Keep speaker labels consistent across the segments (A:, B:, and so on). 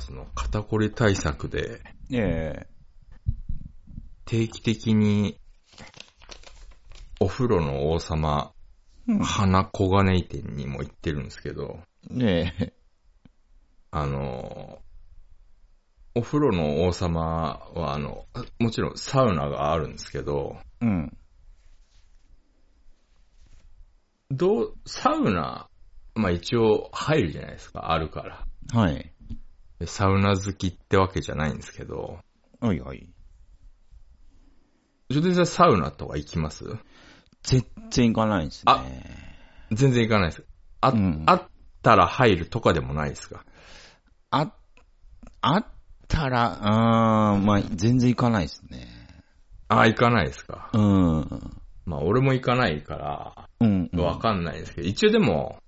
A: その肩こり対策で、
B: え
A: 定期的に、お風呂の王様、
B: え
A: 花小金井店にも行ってるんですけど、
B: ねえ。
A: あの、お風呂の王様は、あの、もちろんサウナがあるんですけど、
B: うん。
A: どう、サウナ、まあ一応入るじゃないですか、あるから。
B: はい。
A: でサウナ好きってわけじゃないんですけど、
B: はいはい。
A: ジョディさんサウナとか行きます
B: 全然行かないです
A: あ
B: ね。
A: 全然行かないです。あ、
B: うん
A: あったら入るとかでもないですか
B: あ、あったら、うーん、まあ、全然行かないですね。
A: あ、行かないですか。
B: うん。
A: まあ俺も行かないか
B: うん。
A: ら、わかんないですけど、一応でも、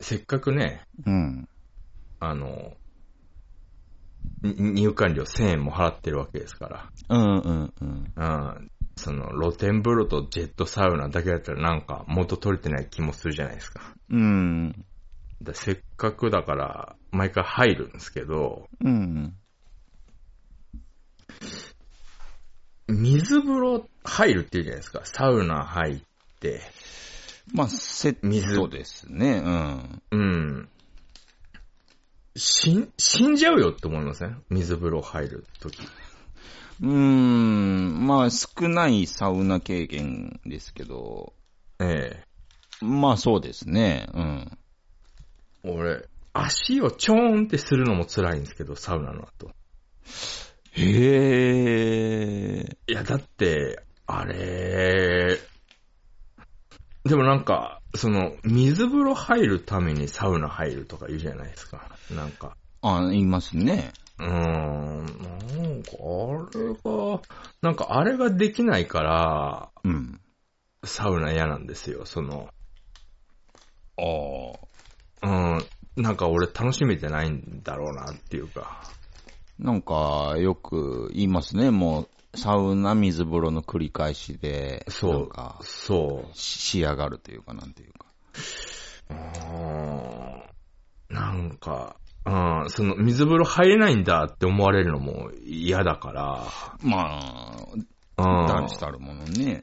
A: せっかくね、
B: うん。
A: あの、に入館料1000円も払ってるわけですか
B: うんうんうん。
A: ら、うん。その露天風呂とジェットサウナだけだったらなんか元取れてない気もするじゃないですか。
B: うん。
A: だせっかくだから、毎回入るんですけど、
B: うん。
A: 水風呂入るって言うじゃないですか。サウナ入って、
B: まあ、セットですね。うん。
A: うん。死ん、死んじゃうよって思いません水風呂入るとき。
B: うーん。まあ、少ないサウナ経験ですけど、
A: え
B: まあ、そうですね。うん。
A: え俺、足をちょーんってするのも辛いんですけど、サウナの後。
B: へえ。
A: いや、だって、あれ、でもなんか、その、水風呂入るためにサウナ入るとか言うじゃないですか。なんか。
B: あ、言いますね。
A: うーん、なんかあれが、なんかあれができないから、
B: うん。
A: サウナ嫌なんですよ、その、
B: あ
A: う
B: あ。
A: ん、なんか俺楽しめてないんだろうなっていうか、
B: なんか、よく言いますね。もう、サウナ、水風呂の繰り返しで、
A: そう
B: なんか、
A: そ
B: し仕上がるというか、なんていうか。
A: う、うーん、なんか、うん、その水風呂入れないんだって思われるのも嫌だか
B: まあ、
A: ら、うん、
B: 男子たるものね。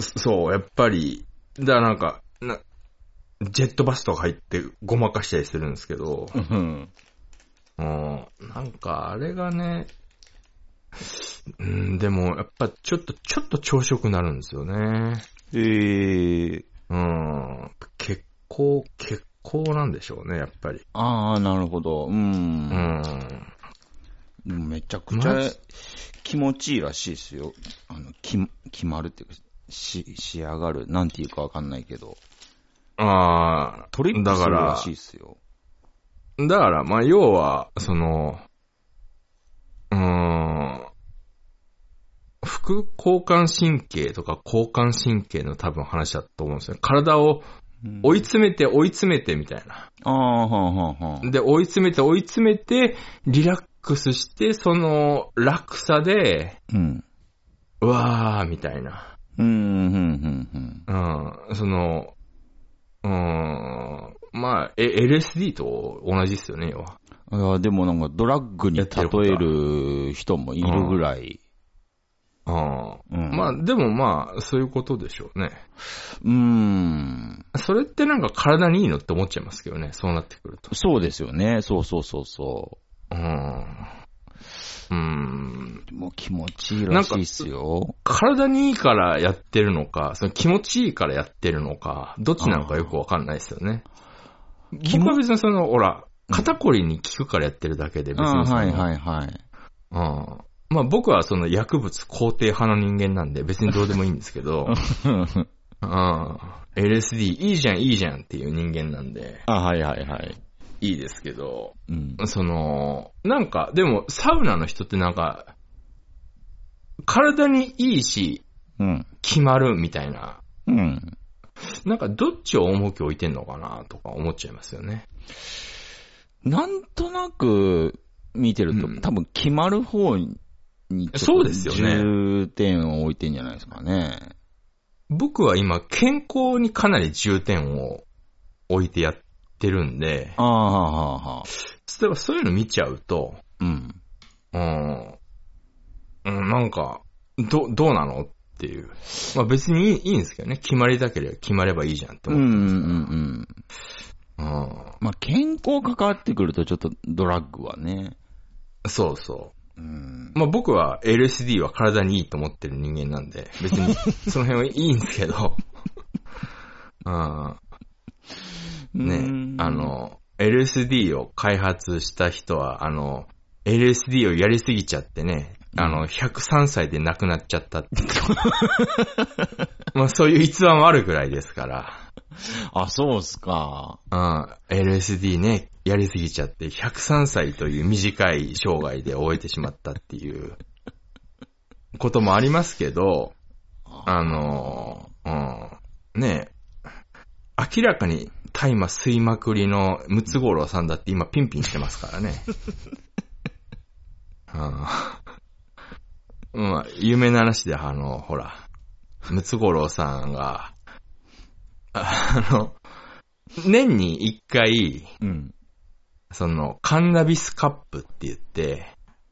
A: そう、やっぱり、だからなんか、なジェットバスとか入ってごまかしたりするんですけど、
B: うん。
A: うん。なんか、あれがね、うん、でも、やっぱ、ちょっと、ちょっと朝食になるんですよね。
B: ええ
A: うん。結構、結構なんでしょうね、やっぱり。
B: ああ、なるほど。う
A: う
B: ん。
A: ん。
B: でもめちゃくちゃ
A: マジ
B: 気持ちいいらしいですよ。あの、き、決まるっていうか、し、仕上がる。なんていうかわかんないけど。
A: あ
B: トリップ
A: だ
B: す
A: か
B: る
A: ら
B: らしいですよ。
A: あ、だから、まあ、要は、その、うん、副交感神経とか交感神経の多分話だと思うんですよ。体を
B: うん
A: 追い詰めて追い詰めてみたいな。
B: ああ、はあ、はあ、はあ。
A: で、追い詰めて追い詰めて、リラックスして、その、落差で、
B: うん。
A: うわー、みたいな。
B: うん、うん、うん、うん。
A: うん、その、うーん、まあ、え LSD と同じっすよね、要は。
B: いや、でもなんかドラッグに例える人もいるぐらい。
A: う
B: うん
A: ん。まあ、でもまあ、そういうことでしょうね。
B: うーん。
A: それってなんか体にいいのって思っちゃいますけどね、そうなってくると。
B: そうですよね。そうそうそうそ
A: うん。うん。
B: う。もう気持ちいいらしいっすよ。
A: 体にいいからやってるのか、その気持ちいいからやってるのか、どっちなのかよくわかんないですよね。
B: 気
A: 僕は
B: 持
A: 別にその、ほら、肩こりに効くからやってるだけで別
B: あ
A: にその
B: はいはいはい。
A: うんまあ僕はその薬物肯定派の人間なんで別にどうでもいいんですけど、うん LSD いいじゃんいいじゃんっていう人間なんで
B: あはいはいはい。
A: いいですけど、
B: うん。
A: その、なんかでもサウナの人ってなんか、体にいいし、
B: うん。
A: 決まるみたいな
B: うん。
A: なんかどっちを重きを置いてんのかなとか思っちゃいますよね。
B: なんとなく見てると、
A: うん
B: 多分決まる方に、
A: そうですよね
B: 重点を置いてんじゃないですかね。
A: 僕は今健康にかなり重点を置いてやっってるんで、
B: ああ、はあ、はあ、はあ。
A: 例えばそういうの見ちゃうと、
B: うん。
A: うん、うん、なんか、ど、どうなのっていう。まあ別にいいいいんですけどね。決まりたければ決まればいいじゃんって
B: うん、
A: 思
B: う
A: う。
B: ん、うん。
A: うん。
B: まあ、健康関わってくるとちょっとドラッグはね。
A: そうそう。
B: うん。
A: まあ、僕は LSD は体にいいと思ってる人間なんで、別にその辺はいいんですけ ど、うん、ね、あ、の、LSD を開発した人は、あの、LSD をやりすぎちゃってね、あの、103歳で亡くなっちゃったって。 まあそういう逸話もあるくらいですから、
B: あ、そうっすか。
A: うん、LSD ね、やりすぎちゃって103歳という短い生涯で終えてしまったっていうこともありますけど、あの、うん、ねえ明らかに大麻吸いまくりのムツゴロウさんだって今ピンピンしてますからね。うん。まあ、有名な話で、あの、ほら、ムツゴロウさんが、あの、年に一回、
B: うん。
A: その、カンナビスカップって言って、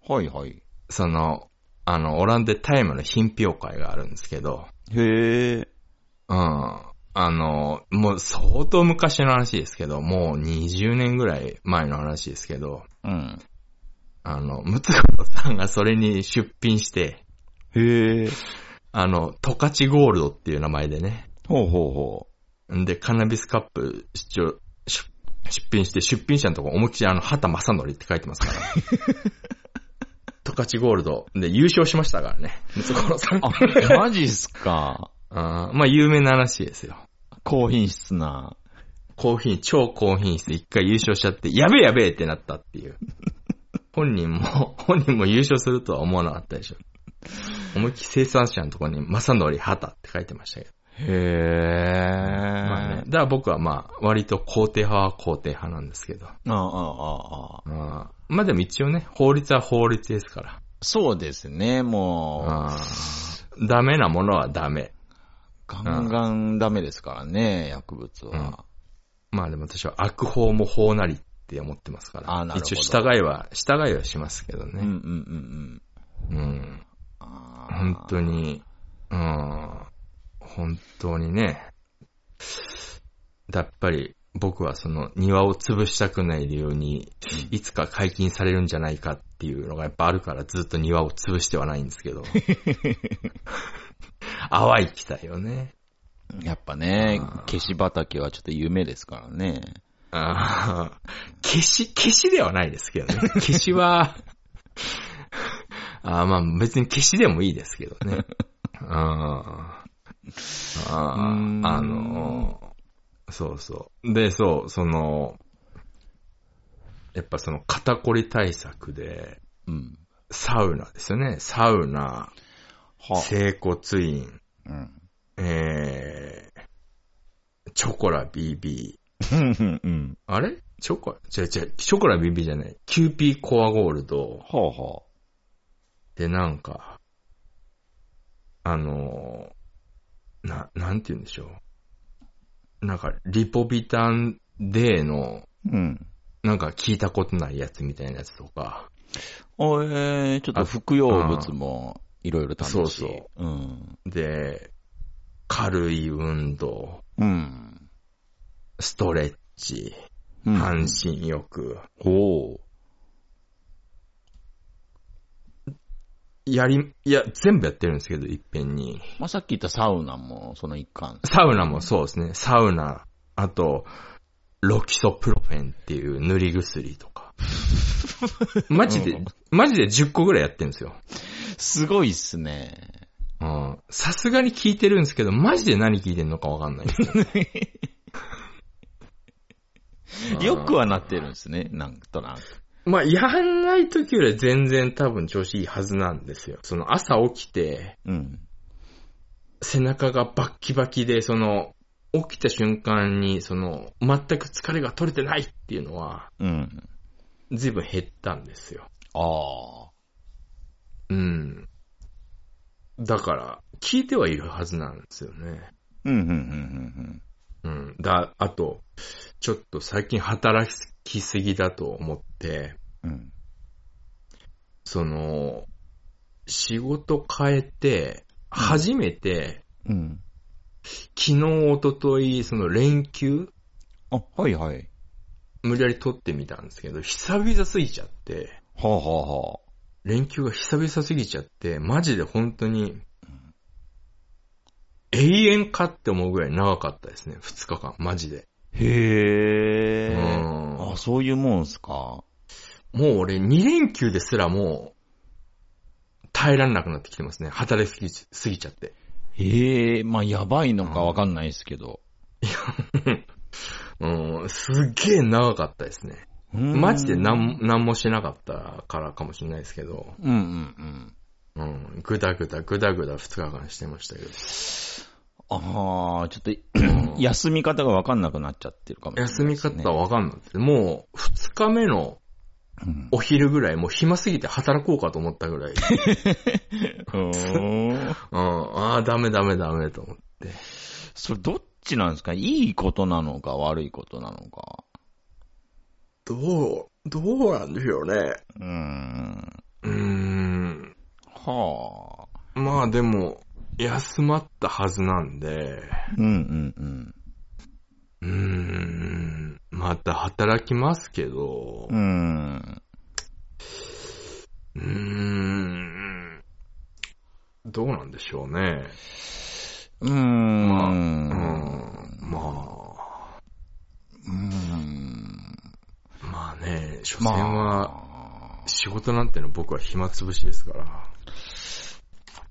B: はいはい。
A: その、あの、オランダで大麻の品評会があるんですけど、
B: へえ。
A: うん。あの、もう相当昔の話ですけど、もう20年ぐらい前の話ですけど、
B: うん。
A: あの、ムツゴロウさんがそれに出品して、
B: へえ。
A: あの、トカチゴールドっていう名前でね、
B: ほうほうほ
A: んで、カナビスカップ出張出出品して、出品者のとこ思いっきりあの、畑正則って書いてます から。トカチゴールドで優勝しましたからね、ムツゴロウさん。
B: う。あ、マジっすか。
A: あーまあ、有名な話ですよ。
B: 高品質な。
A: 高品、超高品質、一回優勝しちゃって、やべえやべえってなったって いう。本人も、本人も優勝するとは思わなかったでしょ。思いっきり生産者のところに、まさのりはたって書いてましたけど。
B: へえ。
A: まあね。だから僕はまあ、割と肯定派は肯定派なんですけど。
B: ああ、ああ、ああ。
A: あーまあでも一応ね、法律は法律ですから。
B: そうですね、も
A: あーダメなものはダメ。
B: う、ガンガンダメですからね、薬物は。
A: まあでも私は悪法も法なりって思ってますから。
B: あーなるほど
A: 一応従いは、従いはしますけど
B: うん、うん、うん、
A: ね。
B: うん。
A: うん
B: ああ
A: 本当に、うん、本当にね。やっぱり僕はその庭を潰したくない理由に、いつか解禁されるんじゃないかっていうのがやっぱあるからずっと庭を潰してはないんですけど。淡い期待よね。
B: やっぱね
A: あー、
B: 消し畑はちょっと夢ですからね。
A: あー消し、消しではないですけどね。消しは、あーまあ別に消しでもいいですけどね。あーあ
B: うーん
A: ー、あのー、そうそう。で、そう、その、やっぱその肩こり対策で、
B: うん。
A: サウナですよね。サウナ、
B: は
A: 整骨院、
B: うん。
A: えー、チョコラ BB、
B: うん、うん。
A: あれチョコ、違う違う、チョコラビビじゃない。キューピーコアゴールド
B: はあ、は
A: でなんか、あのー、な、なんて言うんでしょう。なんか、リポビタンデーの、
B: あ。うん。
A: なんか聞いたことないやつみたいなやつとか、
B: あえー、ちょっと服用物もいろいろ試し。。
A: そうそう
B: うん。
A: で、軽い運動、
B: うん。
A: ストレッチ、
B: うん
A: 半身浴、
B: おー
A: やり、いや、全部やってるんですけど、いっぺんに。
B: まあ、さっき言ったサウナもその一環。
A: サウナもそうですね。サウナ、あと、ロキソプロフェンっていう塗り薬とか。マジで、マジで10個ぐらいやってるんですよ。
B: すごいっすね。
A: うんさすがに聞いてるんですけど、マジで何聞いてんのかわかんないですよ
B: よくはなってるんですね、なんとなく。
A: まあ、やんない時より全然多分調子いいはずなんですよ。その朝起きて、
B: うん。
A: 背中がバッキバキで、その、起きた瞬間に、その、全く疲れが取れてないっていうのは、
B: うん。
A: 随分減ったんですよ。
B: ああ。
A: うん。だから、聞いてはいるはずなんですよね。
B: うん、うん、うん、うん。
A: うん。だ、あと、ちょっと最近働きすぎだと思って、
B: うん。
A: その、仕事変えて、初めて、
B: うん。
A: 昨日、一昨日その連休、
B: あ、はいはい。
A: 無理やり取ってみたんですけど、久々すぎちゃって、
B: はあはあはあ。
A: 連休が久々すぎちゃって、マジで本当に、永遠かって思うぐらい長かったですね、2日間、マジで。
B: へえ。
A: うん
B: あ、そういうもんすか。
A: もう俺2連休ですらもう耐えられなくなってきてますね。働きすぎちすぎちゃって。
B: へえ、まあ、やばいのかわかんないですけど。
A: うん、すっげえ長かったですね。
B: うん
A: マジでなん、なんもしなかったからかもしれないですけど、
B: うんうんうん。
A: うん、ぐだぐだぐだぐだ2日間してましたけど。
B: あ あ、ちょっとい、
A: ん
B: 休み方がわかんなくなっちゃってるかもしれないです
A: 休
B: ね、
A: み方わかんなくて、もう2日目の
B: うん
A: お昼ぐらい、もう暇すぎて働こうかと思ったぐら い、うん、
B: うーん
A: ああ、ダメダメダメと思って。
B: それどっちなんですかいいことなのか悪いことなのか。
A: どう、どうなんでしょうね。
B: うーん。
A: うーん。
B: はあ。
A: まあでも、休まったはずなんで、
B: うんうんう
A: うー
B: ん。
A: ん、また働きますけど
B: うー、ん。
A: うーん、どうなんでしょうね。
B: うー。
A: まあ、うんん、ま
B: うーん。
A: あ、まあね、所詮
B: ま
A: は、
B: あ。
A: 仕事なんての僕は暇つぶしですから。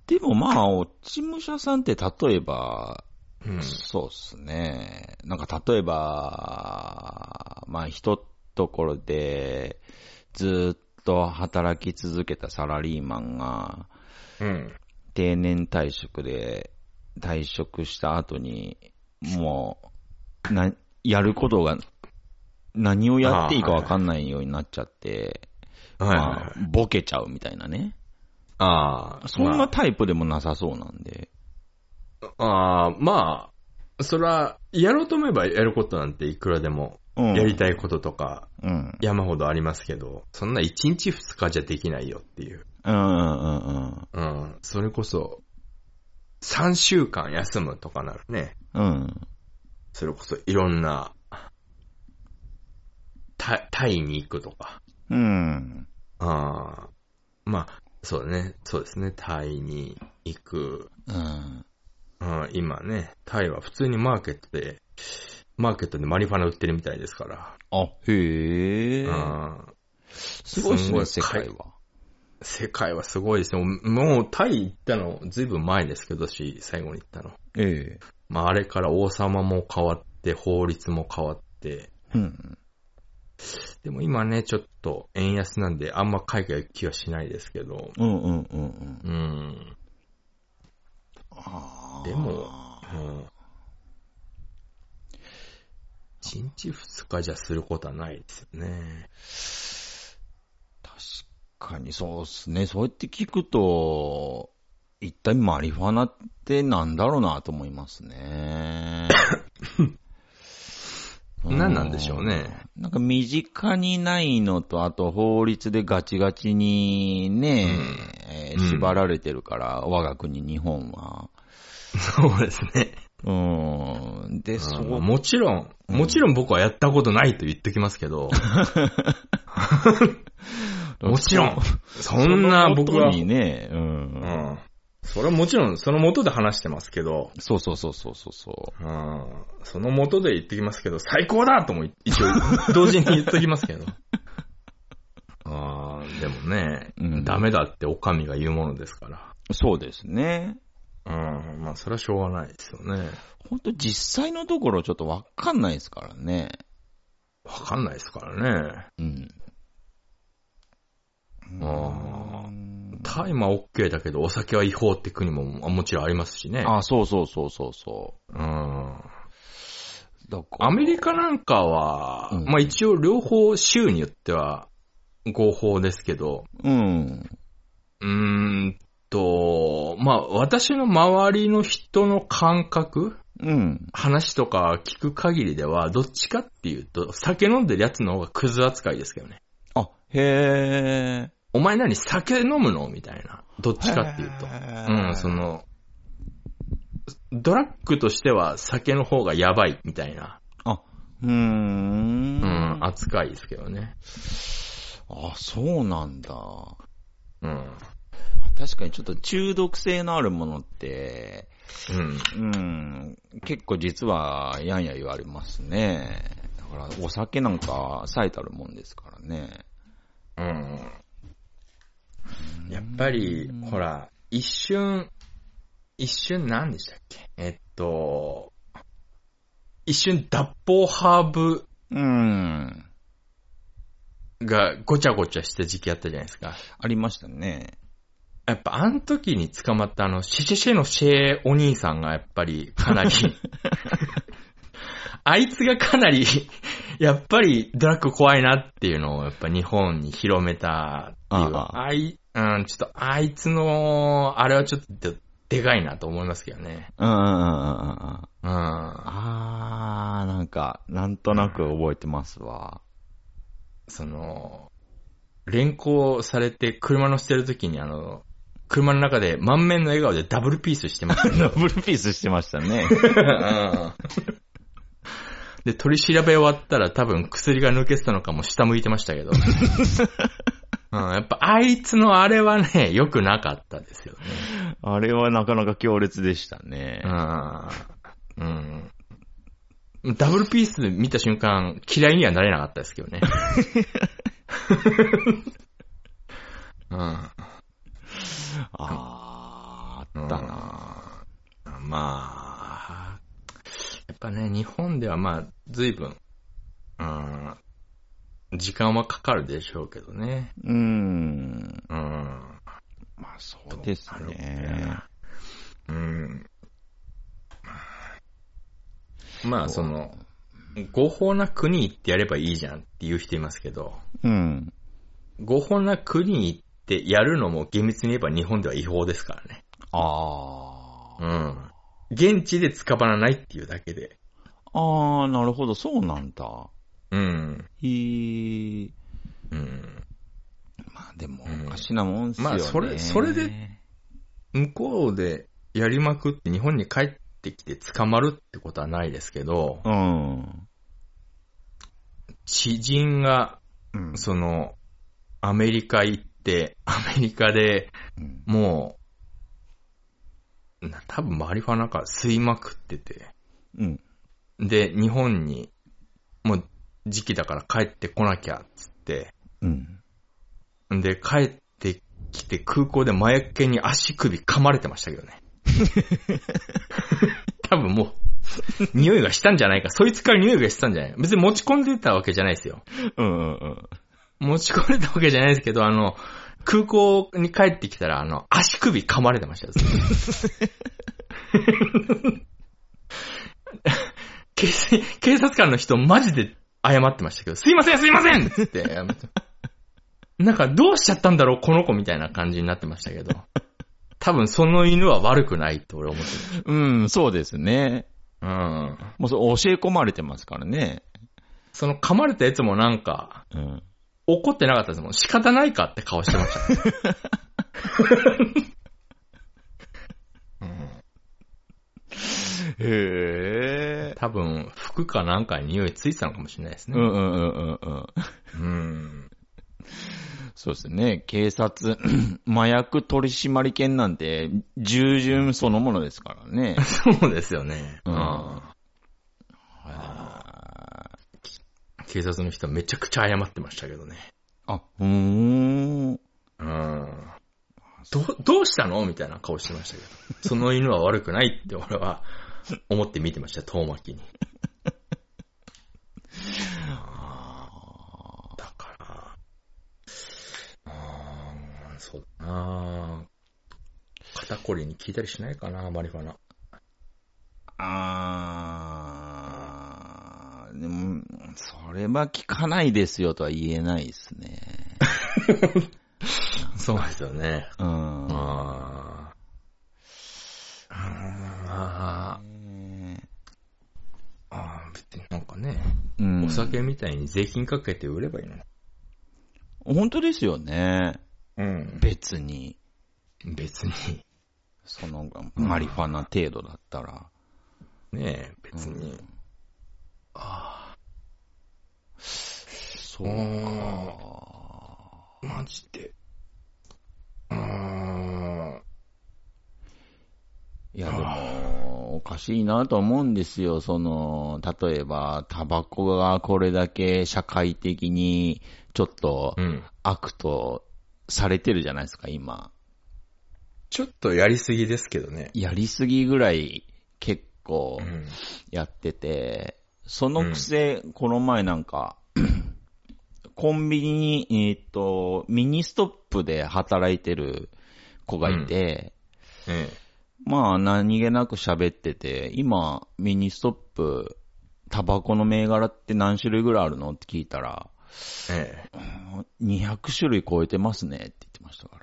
B: でもまあ、落ち武者さんって例えば、
A: うん、
B: そうっすね。なんか例えば、まあ一ところでずーっと働き続けたサラリーマンが
A: うん、
B: 定年退職で退職した後に、もう、な、やることが何をやっていいかわかんないようになっちゃって、
A: はいはい
B: ま
A: は
B: あ
A: い。
B: ボケちゃうみたいなね。
A: ああ、
B: そん
A: ま
B: なタイプでもなさそうなんで。
A: あ、ああまあ、それは、やろうと思えばやることなんていくらでも、
B: うん
A: やりたいこととか、
B: うん。
A: 山ほどありますけど、そんな1日2日じゃできないよっていう。
B: うんうんうんうん。
A: うん。それこそ、3週間休むとかならね、
B: うん。
A: それこそいろんな、タタイに行くとか、
B: うん。
A: あーまあ、そうだね、そうですね、タイに行く、
B: うん。
A: うん、今ね、タイは普通にマーケットで、マーケットでマリファナ売ってるみたいですから、
B: あ、へえ。
A: うん、
B: すごいっすね、
A: す
B: 世
A: ごい
B: 界は。
A: 世界はすごいですよ。もうタイ行ったの、ずいぶん前ですけど、私、最後に行ったの。
B: ええ。
A: まあ、あれから王様も変わって、法律も変わって、
B: うん。
A: でも今ね、ちょっと円安なんで、あんま海外行きはしないですけど、
B: うんうんうんうん。
A: うん。
B: あー
A: でも、うん。1日2日じゃすることはないですよね。
B: 確かにそうっすね。そうやって聞くと、一体マリファナってなんだろうなと思いますね。
A: 何 なんでしょうね。
B: なんか身近にないのと、あと法律でガチガチにね、えー
A: うん
B: 縛られてるから、我が国日本は。
A: そうですね。
B: うん。で、そ
A: うん
B: う、
A: もちろん、もちろん僕はやったことないと言ってきますけ ど、もちろん、そんな僕
B: その
A: は
B: ことにね、うん。
A: うん。それはもちろん、その元で話してますけど、
B: そうそうそうそうそうそ
A: うん。その元で言ってきますけど、最高だとも 一応、同時に言っときますけど。ああ、でもね、
B: うん
A: ダメだってお上が言うものですか
B: う。そうですね。
A: ら。うん。まあ、それはしょうがないですよね。
B: 本当実際のところちょっとわかんないですからね。
A: わかんないですからね。
B: うん。
A: あタイマー OK だけど、お酒は違法って国もももちろんありますしね。
B: あ、そうそうそうそうそ
A: うん。
B: う。だから
A: アメリカなんかは、
B: うん
A: まあ一応両方州によっては合法ですけど、
B: うん。
A: うーんと、まあ私の周りの人の感覚、
B: うんうん。
A: 話とか聞く限りでは、どっちかっていうと、酒飲んでるやつの方がクズ扱いですけどね。
B: あ、へえ。
A: お前何酒飲むのみたいな。どっちかっていうと。
B: へー
A: うん、その、ドラッグとしては酒の方がやばいみたいな、
B: あ、うーん。
A: うん、
B: あ、
A: 扱いですけどね。
B: そうなんだ。
A: うん。
B: 確かにちょっと中毒性のあるものって、
A: うん。
B: うん、結構実はやんや言われますね。だからお酒なんか最たるもんですからね。
A: うん。やっぱり、ほら、一瞬、一瞬何でしたっけえっと、一瞬脱法ハーブ
B: うん。
A: がごちゃごちゃした時期あったじゃないですか。
B: ありましたね。
A: やっぱあの時に捕まったあの、シェシェシェのシェお兄さんがやっぱりか なり、あいつがかなり、やっぱりドラッグ怖いなっていうのをやっぱ日本に広めたっていう、
B: ああ
A: あい、うん、ちょっとあいつの、あれはちょっとででかいなと思いますけどね。
B: うんうんうんうんうん。
A: うん。
B: あー、なんか、なんとなく覚えてますわ。
A: その、連行されて車乗せてる時にあの、車の中で満面の笑顔でダブルピースしてますよね
B: ダブルピースしてましたね。
A: で、取り調べ終わったら多分薬が抜けてたのかも下向いてました けど。うん、やっぱあいつのあれはね、良くなかったですよね。
B: あれはなかなか強烈でしたね。
A: うん。うん。ダブルピース見た瞬間、嫌いにはなれなかったですけど ね。うん。
B: あー、あ
A: だ
B: ったな。
A: なぁまあ、やっぱね、日本ではまあ、随分、うん、時間はかかるでしょうけどね。
B: うん。
A: うん。
B: まあ、そうです
A: なるほど
B: ね。。
A: うん。まあ、その、合法な国行ってやればいいじゃんっていう人いますけど、
B: うん。
A: 合法な国行ってやるのも厳密に言えば日本では違法ですからね。
B: あー。
A: うん。現地で捕まらないっていうだけで。
B: あー、なるほど、そうなんだ。
A: うん。
B: へー。
A: うん。
B: まあでも、
A: うん
B: おかしなもんっすよ
A: ま
B: ね。
A: あそれそれで。向こうでやりまくって日本に帰ってきて捕まるってことはないですけど
B: う、ん。
A: 知人が、
B: うん。
A: その、アメリカ行って、アメリカで
B: うん
A: もう、な多分マリファナか吸いまくってて、
B: うん。
A: で、日本に、もう時期だから帰ってこなきゃ、つって、
B: うん。
A: で、帰ってきて空港で麻薬犬に足首噛まれてましたけどね。多分もう、匂いがしたんじゃないか。そいつから匂いがしたんじゃない別に持ち込んでたわけじゃないですよ。
B: うんうんうん。
A: 持ち込んでたわけじゃないですけど、あの、空港に帰ってきたら、あの、足首噛まれてましたよ。警警察官の人、マジで謝ってましたけど、すいません、すいませんっつって謝って、なんか、どうしちゃったんだろう、この子みたいな感じになってましたけど、多分その犬は悪くないと俺思ってる。
B: うん、そうですね。
A: うん。
B: もうそう教え込まれてますからね。
A: その噛まれたやつもなんか、
B: うん。
A: 怒ってなかったですもん。仕方ないかって顔してました、
B: へえ。
A: 多分、服かなんかに匂いついてたのかもしれないです
B: う
A: ね。
B: んうんうんうんうん。
A: うん。
B: そうですね。警察、 麻薬取締犬なんて、従順そのものですからね。
A: そうですよね。
B: うん
A: 警察の人めちゃくちゃ謝ってましたけどね。
B: あ、うーん。
A: うん。ど、どうしたのみたいな顔してましたけど。その犬は悪くないって俺は思って見てました、遠巻きに。だから、うん、そうだな肩こりに効いたりしないかな、マリファナ。
B: あー、でも、それは聞かないですよとは言えないですね。
A: そうですよね。
B: うん。
A: ああ。ああ。
B: ね
A: かね、
B: うん。
A: お酒みたいに税金かけて売ればいいのに
B: 本当ですよね。
A: うん。
B: 別に、
A: 別に、
B: その、マリファナ程度だったら。
A: ねえ、別に。
B: そう
A: う
B: か。
A: マジで。うーん。
B: いや、でも、おかしいなと思うんですよ。その、例えば、タバコがこれだけ社会的に、ちょっと
A: う、ん。
B: 悪とされてるじゃないですか、今。
A: ちょっとやりすぎですけどね。
B: やりすぎぐらい、結構
A: う、ん。
B: やってて、そのくせ、この前なんか、 コンビニに、えーっと、ミニストップで働いてる子がいて、
A: え
B: まあ何気なく喋ってて、今、ミニストップ、タバコの銘柄って何種類ぐらいあるのって聞いたら、
A: え。ええ。
B: 200種類超えてますねって言ってましたか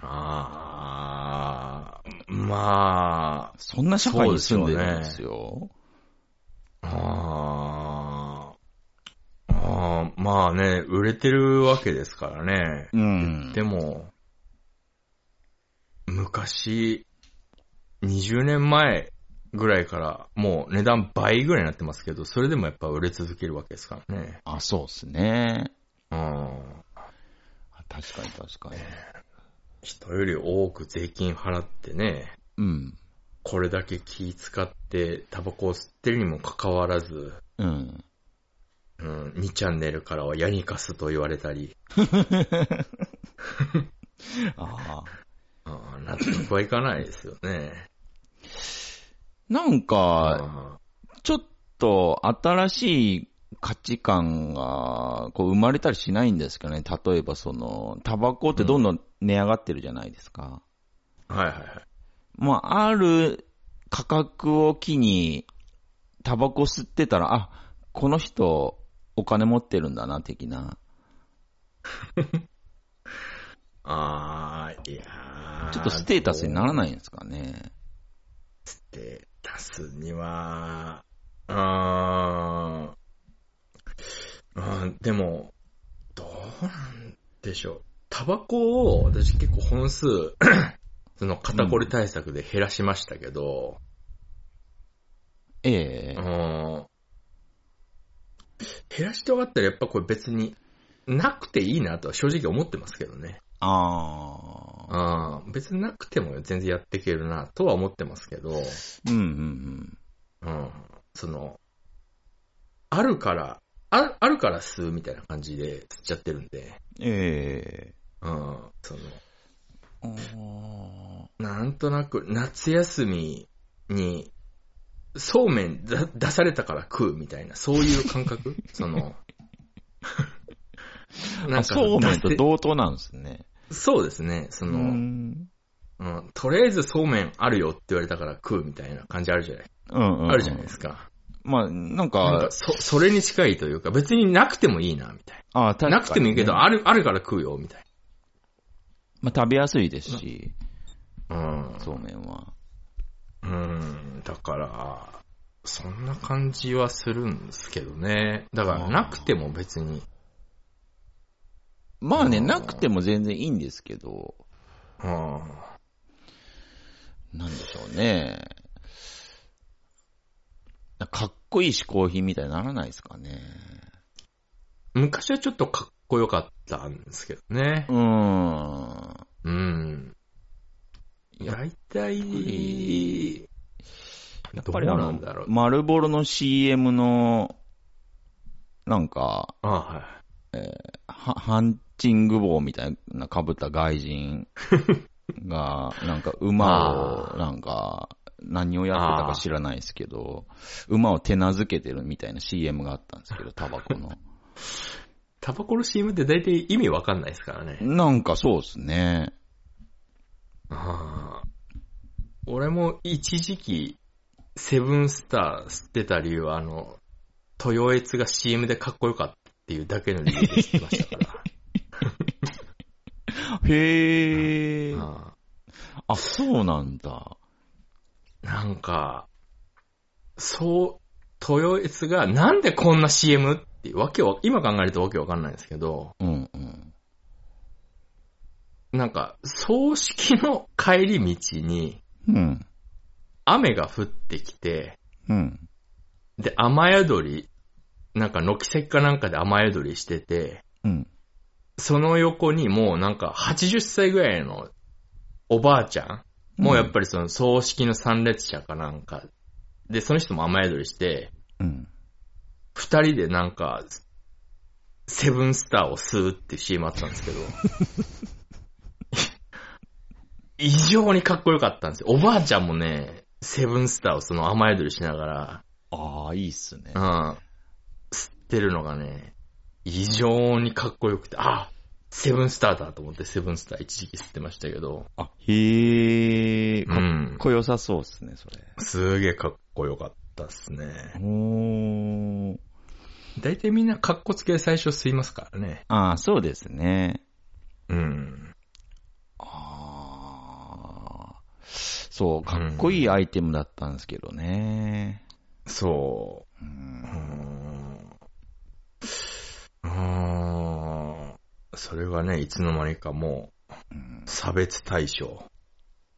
B: ら。
A: ああ。ま
B: そんな社会に住んでるんですよ。
A: あ。ああ。ああ、まあね、売れてるわけですからね。
B: うん。
A: でも、昔、20年前ぐらいから、もう値段倍ぐらいになってますけど、それでもやっぱ売れ続けるわけですからね。
B: あ、そうですね。
A: うん。
B: あ確かに確かに。
A: 人より多く税金払ってね、
B: うん。
A: これだけ気使ってタバコを吸ってるにもかかわらず、
B: うん。
A: うん、2チャンネルからはヤニカスと言われたり、
B: ああ。
A: うん、納得はいかないですよね。
B: なんか、
A: あ
B: ちょっと新しい価値観がこう生まれたりしないんですかね。例えばその、タバコってどんどん値上がってるじゃないですか。
A: ーはいはいはい。
B: まあ、ある価格を機に、タバコ吸ってたら、あ、この人、お金持ってるんだな、的な。
A: あー、いやー
B: ちょっとステータスにならないんですかね。
A: って出すには、うーん、うん、でも、どうなんでしょう。タバコを私結構本数、その肩こり対策で減らしましたけど、
B: ええ
A: うん、減らして分かったらやっぱこれ別になくていいなとは正直思ってますけどね。
B: ああ。
A: うん、別になくても全然やっていけるなとは思ってますけど、
B: うんうんうん。
A: うん。その、あるから、ああるから吸うみたいな感じで吸っちゃってるんで、
B: え
A: うん。その、
B: えああ。
A: なんとなく夏休みに、そうめんだ出されたから食うみたいな、そういう感 覚その、
B: あそうめんと
A: 出せ
B: 同等なんですね。
A: そうですね、そうの、うん、
B: ん。
A: とりあえずそうめんあるよって言われたから食うみたいな感じあるじゃない、
B: うん、うん。
A: あるじゃないですか。
B: まあ、なん
A: なん
B: か
A: か、そ、それに近いというか、別になくてもいいな、みたいな。
B: あ確かにね
A: なくてもいいけど、ある、あるから食うよ、みたい
B: まあ、食べやすいですし、
A: な。うん。
B: そうめんは。
A: うん。だから、そんな感じはするんですけどね。だから、なくても別に。
B: まあね、
A: うん
B: なくても全然いいんですけど、
A: うん。
B: なんでしょうね。かっこいい嗜好品みたいにならないですかね。
A: 昔はちょっとかっこよかったんですけどね
B: う。ーん。
A: うん。
B: いや
A: 大体、
B: やっ
A: ど
B: ぱ
A: う
B: りあ
A: な
B: の
A: んだろう、。
B: マルボロの CM の、なんか、
A: あは
B: ハハンチング帽みたいな被った外 人が、なんか馬
A: あ
B: を、なんか、何をやってたか知らないですけど、馬を手なずけてるみたいな CM があったんですけど、タバコ の。
A: い。タバコの CM って大体意味わかんないですからね。
B: なんかそうですね。
A: ああ。俺も一時期、セブンスター吸ってた理由は、あの、豊悦が CM でかっこよかったっていうだけの理由で吸ってましたか
B: へ
A: ら。
B: ー。
A: あ
B: あ、そうなんだ。
A: あなんか、そう、豊悦がなんでこんな CM ってわけわ、今考えるとわけわかんないですけど、
B: うんうん。
A: なんか、葬式の帰り道に
B: うん。
A: 雨が降ってきて、
B: うん。
A: で、雨宿り、なんか軒先かなんかで雨宿りしてて、
B: うん。
A: その横にもうなんか80歳ぐらいのおばあちゃん、もうやっぱりその葬式の参列者かなんか、で、その人も雨宿りして、
B: うん。
A: 二人でなんか、セブンスターを吸うっていう CM あったんですけ ど、異常にかっこよかったんですよ。おばあちゃんもね、セブンスターをその雨宿りしなが
B: ああ、いいっすね。
A: ら、うん、吸ってるのがね、異常にかっこよくて、あセブンスターだと思ってセブンスター一時期吸ってましたけど、
B: あ、へえ、
A: う
B: かっ
A: ん、
B: こよさそうっすね、それ。
A: すげえかっこよかったっすね。
B: おー。
A: 大体みんなかっこつけで最初吸いますからね。
B: ああ、そうですね。
A: うん。
B: ああ。そう、かっこいいアイテムだったんですけどね。
A: そう。
B: うん
A: うーんうーんそれがね、いつの間にかもう、差別対象。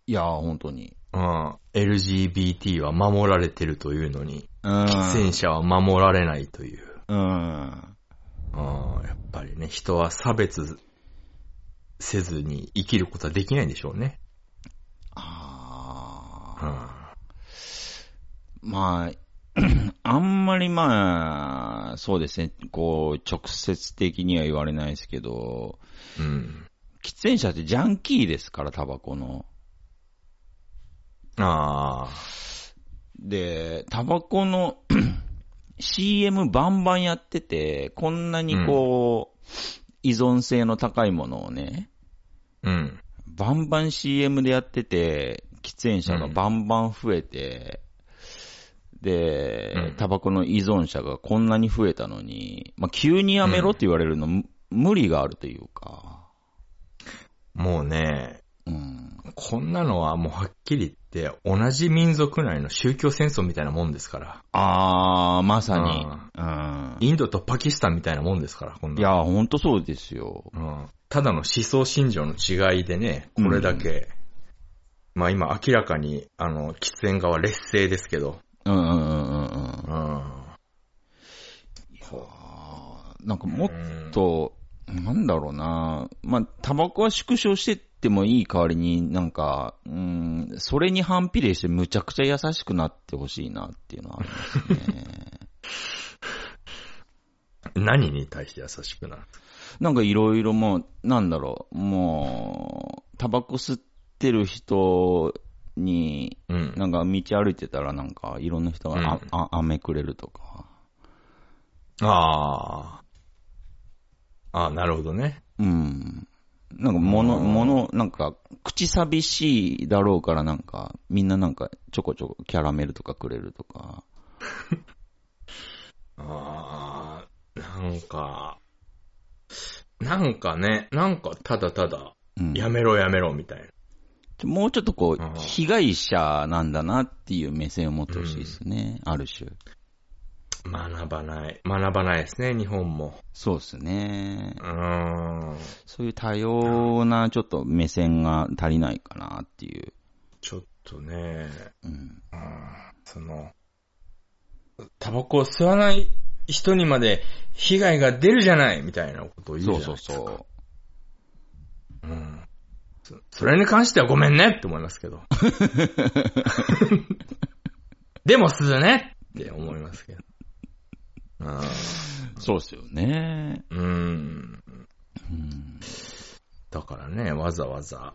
B: いやー、本当に。
A: うん。LGBT は守られてるというのに、
B: うん。
A: 喫煙者は守られないという。
B: うん。
A: うん。やっぱりね、人は差別せずに生きることはできないんでしょうね。
B: あ
A: う
B: あ。
A: ん。
B: まあ、あ んまりまあ、そうですね、こう、直接的には言われないですけど、
A: うん。
B: 喫煙者ってジャンキーですから、タバコの。
A: あ
B: で、タバコの CM バンバンやってて、こんなにこう、依存性の高いものをね、
A: あ。うん。
B: バンバン CM でやってて、喫煙者がバンバン増えて、
A: う
B: で
A: ん、
B: タバコの依存者がこんなに増えたのに、まあ、急にやめろって言われるの、む無理があるというか、
A: もうね、
B: うん。
A: こんなのはもうはっきり言って、同じ民族内の宗教戦争みたいなもんですから。
B: あー、まさに。うん。
A: インドとパキスタンみたいなもんですから、こん
B: い
A: な。
B: や、ほんとそうですよ。
A: うん。ただの思想信条の違いでね、これだけ、まあ今明らかに、あの、喫煙側劣勢ですけど、
B: うんうんうんうんうん。
A: うん。
B: あーなんかもっと、なんだろうな、まあ、タバコは縮小してってもいい代わりに、なんか、うん、それに反比例してむちゃくちゃ優しくなってほしいなっ ていうのはありますね。
A: 何に対して優しくなる
B: なんかいろいろもう、なんだろう、もう、タバコ吸ってる人に、
A: うん。
B: なんか道歩いてたらなんかいろんな人があ、
A: うん
B: あ、あめくれるとか。
A: ああ。ああ、なるほどね。
B: うん。なんか、もの、もの、なんか、口寂しいだろうから、なんか、みんななんか、ちょこちょこキャラメルとかくれるとか。
A: ああ、なんか、なんかね、なんかただただ、
B: うん。
A: やめろやめろみたいな。
B: もうちょっとこ
A: うん
B: う、被害者なんだなっていう目線を持ってほしいですね。ある種。
A: 学ばない。学ばないですね、日本も。
B: そうですね
A: う。ーん。
B: そういう多様な、ちょっと目線が足りないかなっていう。
A: ちょっとね、
B: うん。
A: その、タバコを吸わない人にまで被害が出るじゃないみたいなことを言うじゃ
B: そ
A: ない
B: うそう
A: ですか。
B: そ
A: うんそそれに関してはごめんねって思いますけど。でも吸うねって思いますけど。あ
B: う。そうですよね。
A: ーうん。
B: うん。
A: だからね、わざわざ、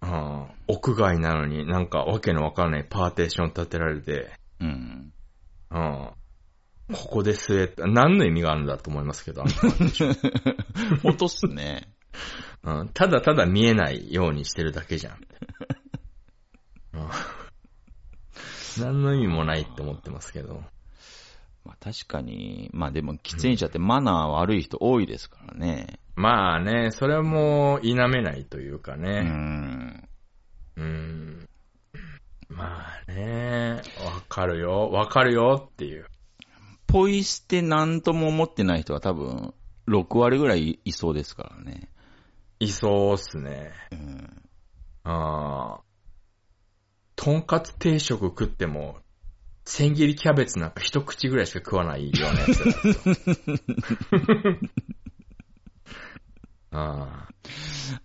A: あー屋外なのになんかわけのわからないパーテーション立てられて、
B: うん。
A: うん。ここで据えた、何の意味があるんだと思いますけど、あの
B: 本当っすね。
A: うん、ただただ見えないようにしてるだけじゃん。うん、何の意味もないって思ってますけど。
B: まあ確かに、まあでも喫煙者ってマナー悪い人多いですからね。
A: まあね、それはもう否めないというか
B: う
A: ね。
B: ん。
A: うん。まあね、わかるよ、わかるよっていう。
B: ポイ捨てなんとも思ってない人は多分、6割ぐらいいそうですからね。
A: いそうっすね。
B: うん。
A: ああ。とんかつ定食食っても、千切りキャベツなんか一口ぐらいしか食わないようなやつだよ あ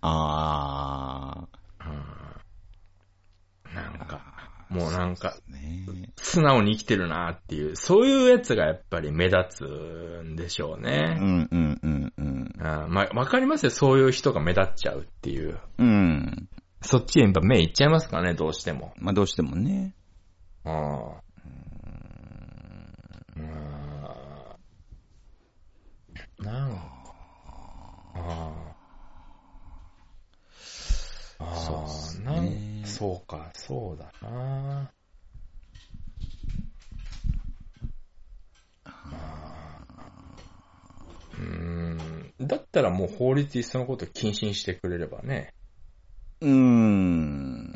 B: あ
A: あああ。なんか、
B: あ。
A: もうなんか、
B: ね
A: 素直に生きてるなっていう、そういうやつがやっぱり目立つんでしょう
B: う
A: ね。
B: んうんうんうん。
A: あーまあ、わかりますよ、そういう人が目立っちゃうっていう。
B: うん。
A: そっちへやっぱ目いっちゃいますかね、どうしても。
B: まあどうしてもね。
A: ああ。うん。なんか。ああ。あ
B: そうっ
A: あ、
B: すね
A: なん、そうか、そうだな。うーんだったらもう法律いっそのこと禁止にしてくれればね。
B: うーん。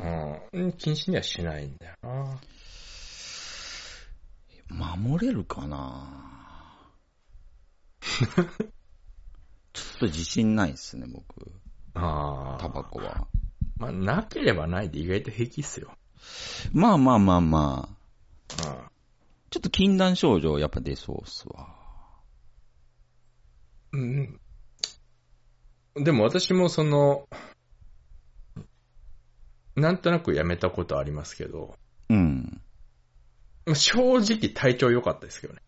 A: うん。禁止にはしないんだよな。
B: 守れるかなちょっと自信ないですね、僕。
A: あ
B: タバコは。
A: まあ、なければないで意外と平気っすよ。
B: まあまあまあまあ。
A: うん。
B: ちょっと禁断症状やっぱ出そうっすわ。
A: うん。でも私もその、なんとなくやめたことありますけど、
B: うん。
A: 正直体調良かったですけどね。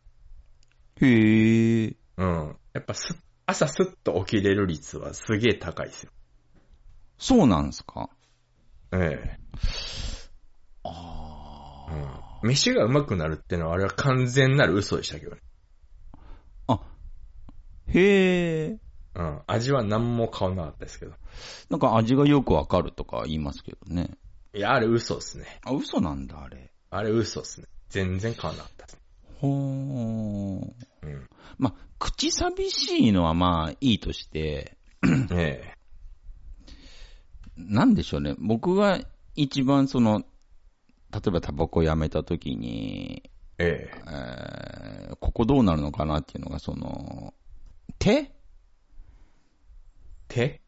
B: へえ。
A: うん。やっぱす、朝スッと起きれる率はすげえ高いですよ。
B: そうなんすか
A: ええ。
B: あ
A: うん。飯がうまくなるってのはあれは完全なる嘘でしたけどね。
B: あ。あ、へえ。
A: うん。味は何も変わんなかったですけど。
B: なんか味がよくわかるとか言いますけどね。
A: いや、あれ嘘ですね。
B: あ、嘘なんだ、あれ。っ
A: あれ嘘ですね。全然変わんなかったです。
B: ほー。
A: うん。
B: まあ、口寂しいのはまあいいとして、
A: ええ。
B: なんでしょうね。僕が一番その、例えばタバコやめた時に、
A: ええ。
B: えーここどうなるのかなっていうのが、その、手
A: 手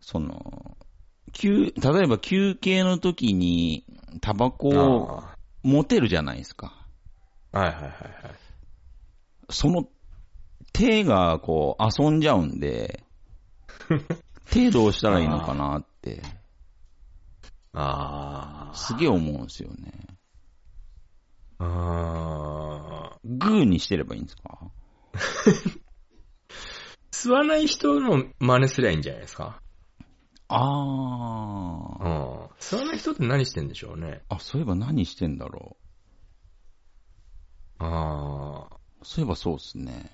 B: その、休、例えば休憩の時にタバコを
A: あ
B: 持てるじゃないですか。
A: あはいはいはいはい。
B: その手がこう遊んじゃうん で、手どうしたらいいのかなって、
A: あ
B: すげえ思うんですよね。
A: あ。ああ。
B: グーにしてればいいんですか
A: 吸わない人の真似すりゃいいんじゃないですか
B: あ
A: う
B: ー。
A: ん。吸わない人って何してんでしょうね。
B: あ、そういえば何してんだろ
A: あ
B: う。そういえばそうっすね。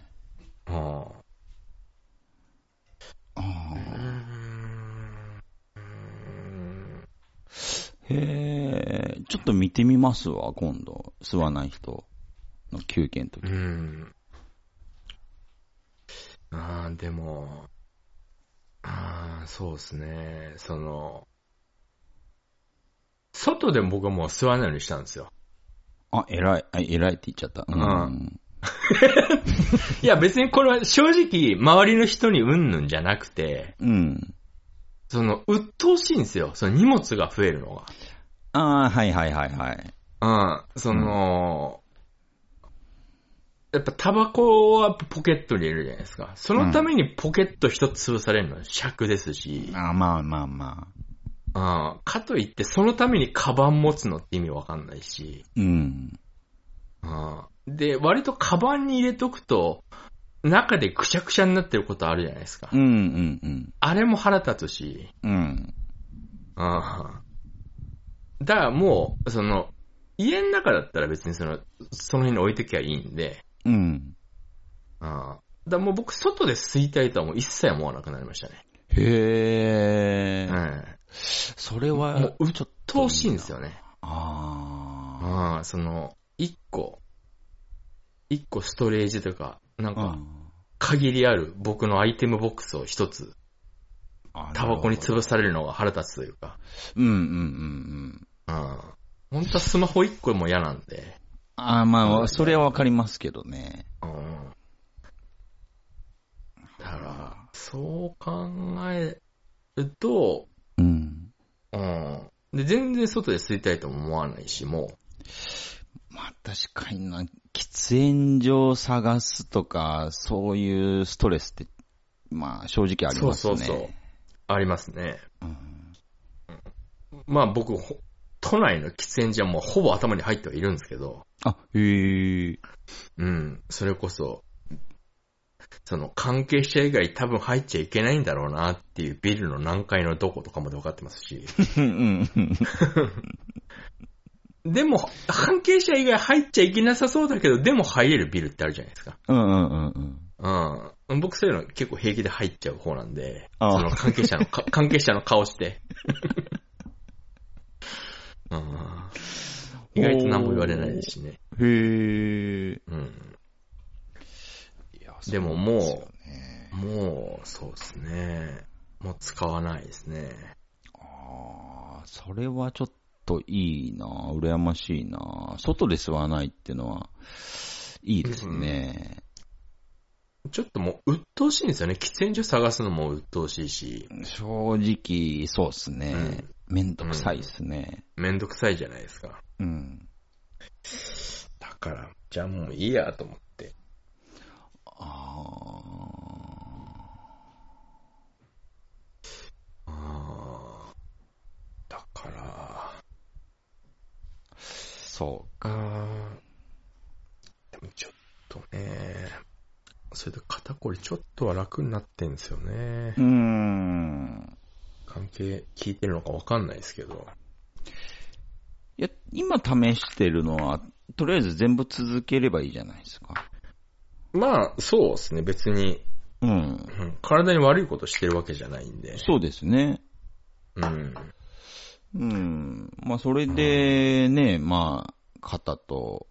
A: あ。ああ。
B: あー
A: ん。
B: へえ、ちょっと見てみますわ、今度。吸わない人の休憩の時。
A: うん。ああ、でも、ああ、そうですね。その、外でも僕はもう吸わないようにしたんですよ。
B: あ、偉い、あ偉いって言っちゃった。うん。
A: うんいや別にこれは正直周りの人にうんぬんじゃなくて、
B: うん。
A: その、鬱陶しいんですよ。その荷物が増えるの
B: ああ、はいはいはいはい。
A: が。うん。その、やっぱタバコはポケットに入れるじゃないですか。そのためにポケット一つ潰されるのは尺ですし、
B: あーまあまあまあ。
A: うん。かといってそのためにカバン持つのって意味わかんないし、
B: うん。
A: うん。で、割とカバンに入れとくと、中でくしゃくしゃになってることあるじゃないですか
B: う。んうんうん。
A: あれも腹立つし、
B: うん。
A: ああ。だからもう、その、家の中だったら別にその、その辺に置いときゃいいんで、
B: うん。
A: ああ。だからもう僕、外で吸いたいとはもう一切思わなくなりましたね。
B: へえ、
A: うん。
B: それ
A: も
B: は
A: う、
B: ちょっと。
A: 投資いんです。よね。
B: あ
A: ああ、その、一個、一個ストレージとか、なん
B: あ。
A: か、限りある僕のアイテムボックスを一つ、
B: あ
A: タバコに
B: つ
A: 潰されるのが腹立つというか、
B: うんうんうんうん。
A: うん。本当はスマホ一個も嫌なんで。
B: ああ、まあ、それはわかりますけどね。
A: うん。だから、そう考えると、
B: うん。
A: うん。で、全然外で吸いたいとも思わないし、も
B: まあ、確かにな、喫煙所を探すとか、そういうストレスって、まあ、正直あります
A: そ
B: ね。
A: うそうそうう、ありますね。
B: うん
A: まあ僕、ほ都内の喫煙所はもうほぼ頭に入ってはいるんですけど、
B: あ、へえ。
A: うん。それこそ、その関係者以外多分入っちゃいけないんだろうなっていうビルの何階のどことかまで分かってますし。
B: うんうんうん
A: でも、関係者以外入っちゃいけなさそうだけど、でも入れるビルってあるじゃないですか。
B: うんうんうんうん。
A: うん。僕そういうの結構平気で入っちゃう方なんで、
B: ああ
A: その関係者の か、関係者の顔 して。うん意外と何も言われないしね。
B: へえ。
A: うん。
B: いや
A: でももう
B: そうなんですよね
A: もう、そうですね。もう使わないですね。
B: ああ、それはちょっといいな、羨ましいな。外で吸わないってのは、いいですね。
A: ちょっともう、鬱陶しいんですよね。喫煙所探すのも鬱陶しいし、
B: 正直、そうっすね。めんどくさいっすね。
A: めんどくさいじゃないですか。
B: うん。
A: だから、じゃあもういいやと思って。
B: あ
A: ああ。だから、
B: あ、そ
A: あーでもちょっとね、それと肩こりちょっとは楽になってんですよね
B: う。う。ーん。
A: 関係聞いてるのかわかんないですけど。
B: いや、今試してるのは、とりあえず全部続ければいいじゃないですか。
A: まあ、そうですね、別に、
B: うん。
A: うん体に悪いことしてるわけじゃないんで。
B: そうですね。
A: うん。
B: うん。まあ、それで、ね、まあ、肩と、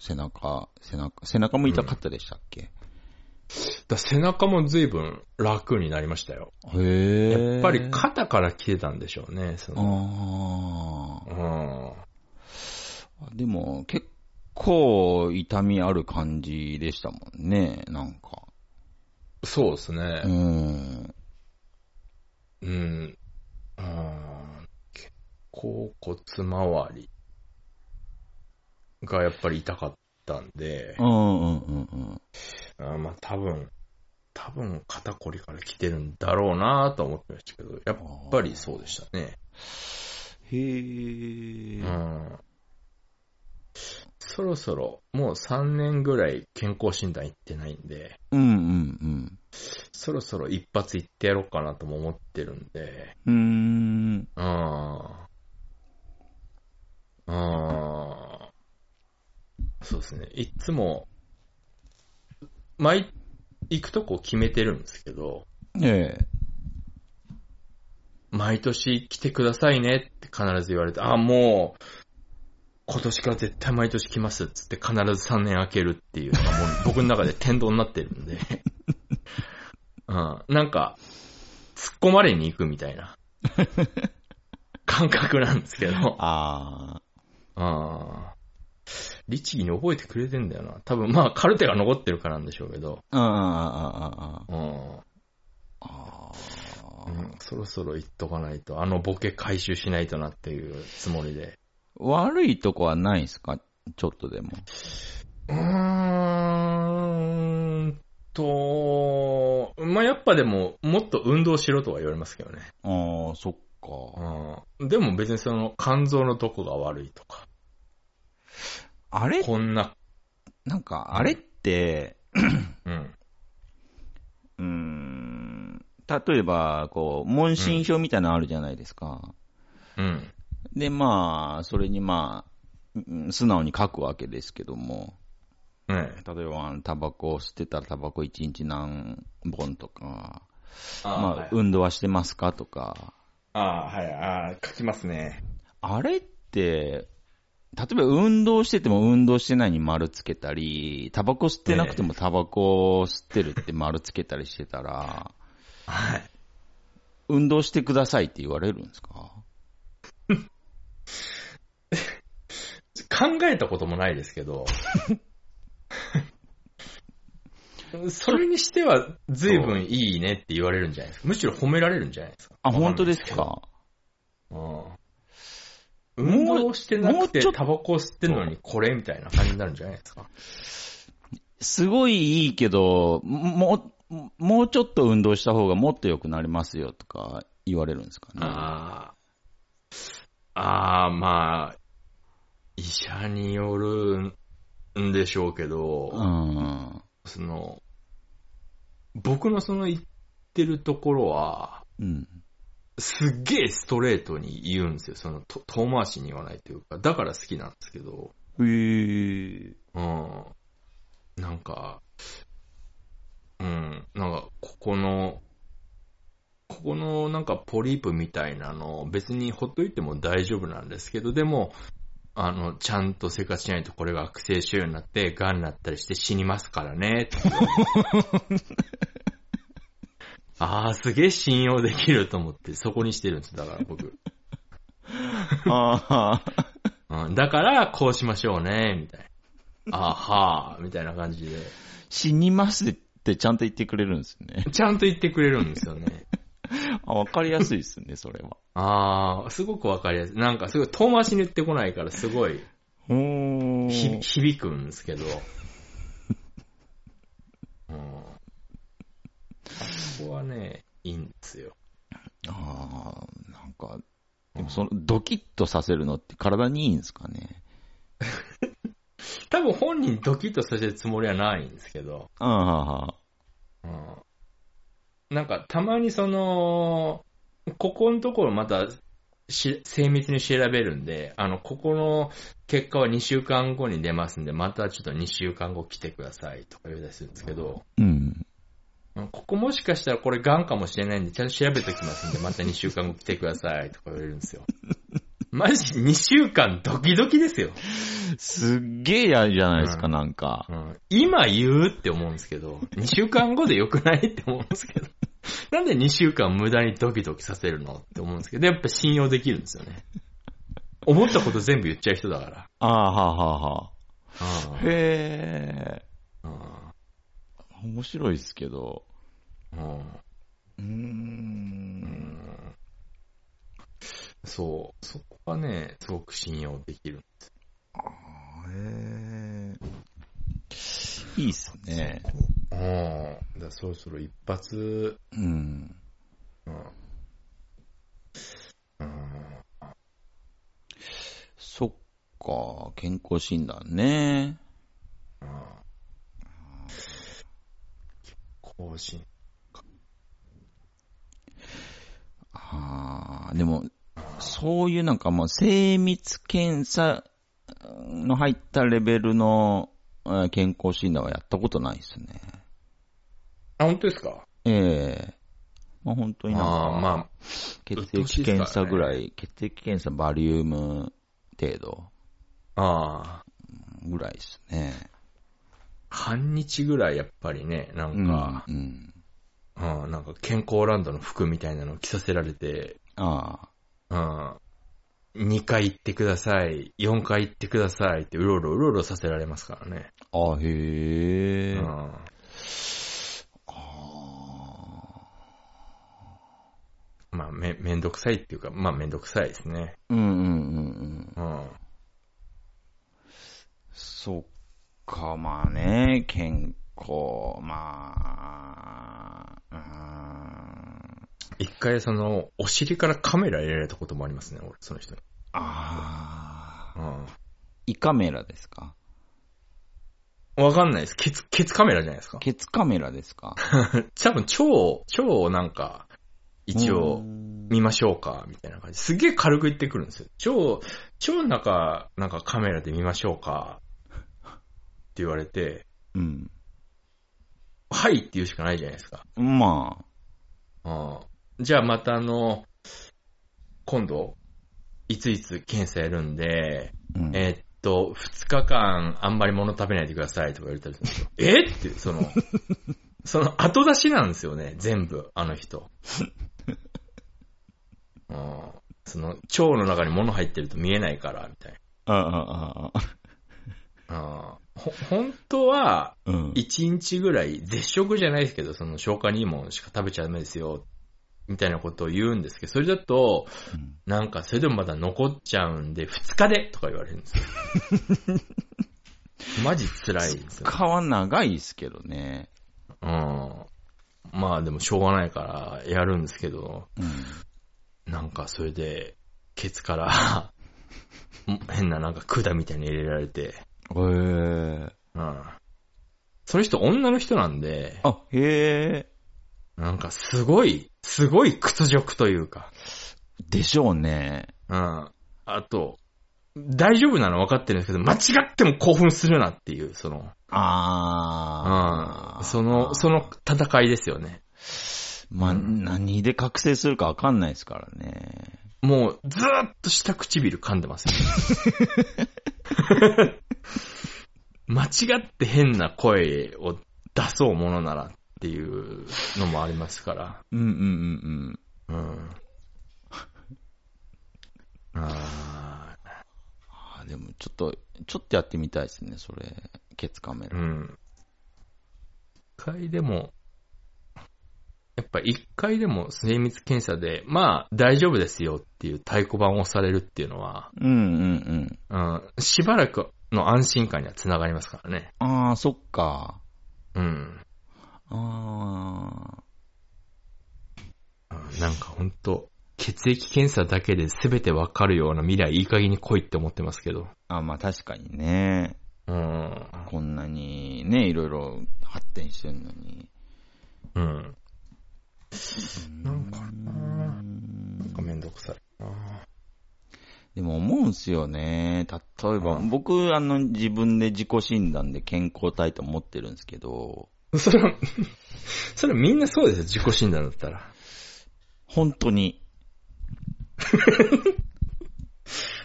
B: 背中、背中、背中も痛かったでしたっけ、
A: だ背中も随分楽になりましたよ。
B: へえ。
A: やっぱり肩から来てたんでしょうね、その。
B: あ
A: うん。
B: あ。でも、結構痛みある感じでしたもんね、なんか。
A: そうですね
B: う。ん。
A: うん。うん結構骨周りがやっぱり痛かったんで
B: う、んうんうんうん。
A: あーまあ多分、多分肩こりから来てるんだろうなと思ってましたけど、やっぱりそうでしたね。
B: へえ。
A: うん。そろそろもう3年ぐらい健康診断行ってないんで、
B: うんうん
A: そろそろ一発行ってやろうかなとも思ってるんで、
B: うん。うーん。
A: ああ。ああ。そうですね。いっつも、毎、行くとこ決めてるんですけど、
B: ええ。
A: 毎年来てくださいねって必ず言われて、ああ、もう、今年から絶対毎年来ますっつって必ず3年開けるっていうのがもう僕の中で天道になってるんで、うん、なんか、突っ込まれに行くみたいな感覚なんですけど。
B: ああ。
A: ああ。律儀に覚えてくれてんだよな。多分まあ、カルテが残ってるからなんでしょうけど。
B: ああ、ああ、
A: う
B: あ
A: ん。
B: あ。ああ
A: うんそろそろ言っとかないと、あのボケ回収しないとなっていうつもりで。
B: 悪いとこはないですかちょっとでも。
A: うーんと、まあやっぱでも、もっと運動しろとは言われますけどね。
B: ああ、そっか。
A: うん。でも別にその肝臓のどこが悪いとか、
B: あれ
A: こんな、
B: なんか、あれって、
A: うん。
B: うーん、例えば、こう、問診票みたいなのあるじゃないですか。
A: うん。
B: で、まあ、それにまあ、うん素直に書くわけですけども、
A: ねえ。
B: 例えば、タバコを吸ってたらタバコ1日何本とか、
A: あ
B: まあ、運動はしてますかとか、
A: あ、はい、ああ、書きますね。
B: あれって、例えば運動してても運動してないに丸つけたり、タバコ吸ってなくてもタバコを吸ってるって丸つけたりしてたら、
A: はい。
B: 運動してくださいって言われるんですか
A: 考えたこともないですけど、それにしては随分いいねって言われるんじゃないですか。むしろ褒められるんじゃないですか。
B: あ、本当ですか。
A: うん。運動してな
B: も
A: く
B: うち
A: て
B: ょっと
A: タバコ吸ってんのにこれみたいな感じになるんじゃないですか。
B: すごいいいけど、もう、もうちょっと運動した方がもっと良くなりますよとか言われるんですかね。
A: ああ。ああ、まあ、医者によるんでしょうけど、
B: うん。
A: その、僕のその言ってるところは、
B: うん。
A: すっげえストレートに言うんですよ。その、と遠回しに言わないというか、だから好きなんですけど、
B: へえ。
A: うん。なんか、うん、なんか、ここの、ここのなんかポリープみたいなの、別にほっといても大丈夫なんですけど、でも、あの、ちゃんと生活しないとこれが悪性腫瘍になって、癌になったりして死にますからね、とああ、すげえ信用できると思って、そこにしてるんです、だから僕。
B: ああ。
A: うん、だから、こうしましょうね、みたいな。あはーみたいな感じで。
B: 死にますってちゃんと言ってくれるんですね。
A: ちゃんと言ってくれるんですよね。
B: あ、わかりやすいですね、それは。
A: あー、すごくわかりやすい。なんかすごい遠回しに言ってこないからすごい
B: おー
A: ひ響くんですけど。うん。あそこはね、いいんですよ。
B: ああ、なんか、でもその、ドキッとさせるのって体にいいんですかね。
A: 多分本人ドキッとさせるつもりはないんですけど。
B: あ
A: うん。なんかたまにその、ここのところまたし精密に調べるんで、あの、ここの結果は2週間後に出ますんで、またちょっと2週間後来てくださいとか言うたりするんですけど、
B: あ、うん。
A: うんここもしかしたらこれ癌かもしれないんで、ちゃんと調べておきますんで、また2週間後来てくださいとか言われるん ですよ。マジ2週間ドキドキですよ。
B: すっげえやるじゃないですか、なんか。
A: うん今言うって思うんですけど、2週 間後でよくないって思うんですけど、 なんで2週間無駄にドキドキさせるのって思うんですけど、やっぱ信用できるんですよね。思ったこと全部言っちゃう人だから。
B: ああ、はあ、はあ、はあ。
A: う
B: へえ。
A: ん
B: 面白いですけど。
A: うんうん
B: うーん。
A: そう、そこはね、すごく信用できる。
B: へえ。いいっすね。
A: うん、だからそろそろ一発、
B: うん。
A: うんうん
B: そっか、健康診断ね。
A: 更新。
B: ああ、でも、そういうなんかもう精密検査の入ったレベルのえー健康診断はやったことないですね。
A: あ、本当ですか
B: ええまあ本当になん
A: あ
B: か、
A: あ、ま
B: 血
A: うっとうしい
B: 液
A: っすからね
B: 検査ぐらい、血液検査バリウム程度
A: あ、ああ、
B: ぐらいですね。
A: 半日ぐらいやっぱりね、なんか、
B: うん。うん、
A: うん、なんか健康ランドの服みたいなの着させられて、
B: ああ。
A: うん、2回行ってください、4回行ってくださいってうろうろうろうろさせられますからね。
B: あへえ、
A: うん。まあ、め、めんどくさいっていうか、まあめんどくさいですね。
B: うんうんうんうん。
A: うん。
B: そっか、まあね、健康、まあ、うーん、
A: 一回その、お尻からカメラ入れられたこともありますね、俺、その人に。
B: あー、
A: うん。
B: 胃カメラですか
A: わかんないです。ケツ、ケツカメラじゃないですか。
B: ケツカメラですか
A: 多分、超、超なんか、一
B: うー
A: 応、
B: ん
A: 見ましょうか、みたいな感じ。すげえ軽く言ってくるんですよ。超、超なんか、なんかカメラで見ましょうか、って言われて、
B: うん。
A: はいって言うしかないじゃないですか。
B: まあ、
A: うん。じゃあまたあの、今度、いついつ検査やるんで、
B: うん、
A: えーっと、2日間あんまり物食べないでくださいとか言われたりするんですよ。えって、その、その後出しなんですよね、全部、あの人。うん、その、腸の中に物入ってると見えないから、みたいな。
B: ああ、ああ、
A: あーほ本当は、
B: うん。
A: 1日ぐらい、絶食じゃないですけど、その消化にいいものしか食べちゃダメですよ、みたいなことを言うんですけど、それだと、
B: うん
A: なんか、それでもまだ残っちゃうんで、2日 でとか言われるんですよ。マジ辛いですよ。
B: 皮長いですけどね。
A: うん。まあでもしょうがないからやるんですけど、
B: うん。
A: なんかそれで、ケツから、 ん変ななんか管みたいに入れられて、
B: へえ。
A: うん。その人女の人なんで、
B: あ、へえ。
A: なんかすごい、すごい屈辱というか、
B: でしょうね。
A: うん。あと、大丈夫なの分かってるんですけど、間違っても興奮するなっていう、その、う
B: ああ。
A: ん。その、その戦いですよね。
B: まあ、何で覚醒するかわかんないですからね。
A: もう、ずーっと下唇噛んでますよ、 間違って変な声を出そうものならっていうのもありますから。
B: うんうんう
A: う
B: ん
A: ん。あ
B: うん。あでも、ちょっと、ちょっとやってみたいですね、それ。ケツカメ
A: ーう
B: ラ。
A: ん。一回でも、やっぱ一回でも精密検査で、まあ大丈夫ですよっていう太鼓判を押されるっていうのは、
B: うんうん
A: うん、しばらくの安心感にはつながりますからね。
B: うん。ああ、そっか。
A: うん。
B: ああ。
A: うんなんかほんと、血液検査だけで全てわかるような未来いい加減に来いって思ってますけど。
B: あまあ確かにね。
A: うん。
B: こんなにね、いろいろ発展してるのに。
A: うん。なんか
B: うん
A: なんかめんどくさい。あ
B: でも思うんすよね。例えば、
A: うん
B: 僕、あの、自分で自己診断で健康体と思ってるんですけど、
A: ー それは、それはみんなそうですよ、自己診断だったら。
B: 本当に、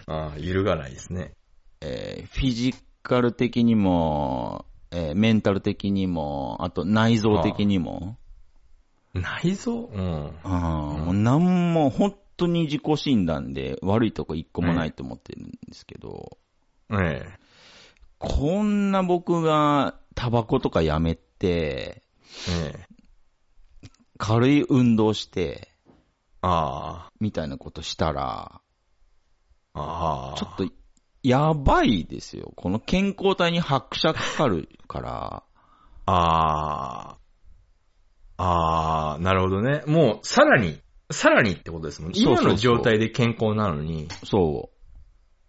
A: ああ、揺るがないですね。
B: えーフィジカル的にも、えーメンタル的にも、あと内臓的にも、
A: 内臓うん。
B: ああ
A: うん
B: もうなんも、本当に自己診断で悪いとこ一個もないと思ってるんですけど、
A: ええ。
B: こんな僕がタバコとかやめて、
A: ええ。
B: 軽い運動して、
A: あ
B: みたいなことしたら、
A: あ。ああ。
B: ちょっと、やばいですよ。この健康体に拍車かかるから、
A: ああ。ああ、なるほどね。もう、さらに、さらにってことですもんね。
B: そうそ
A: 今
B: うそう
A: の状態で健康なのに。
B: そう。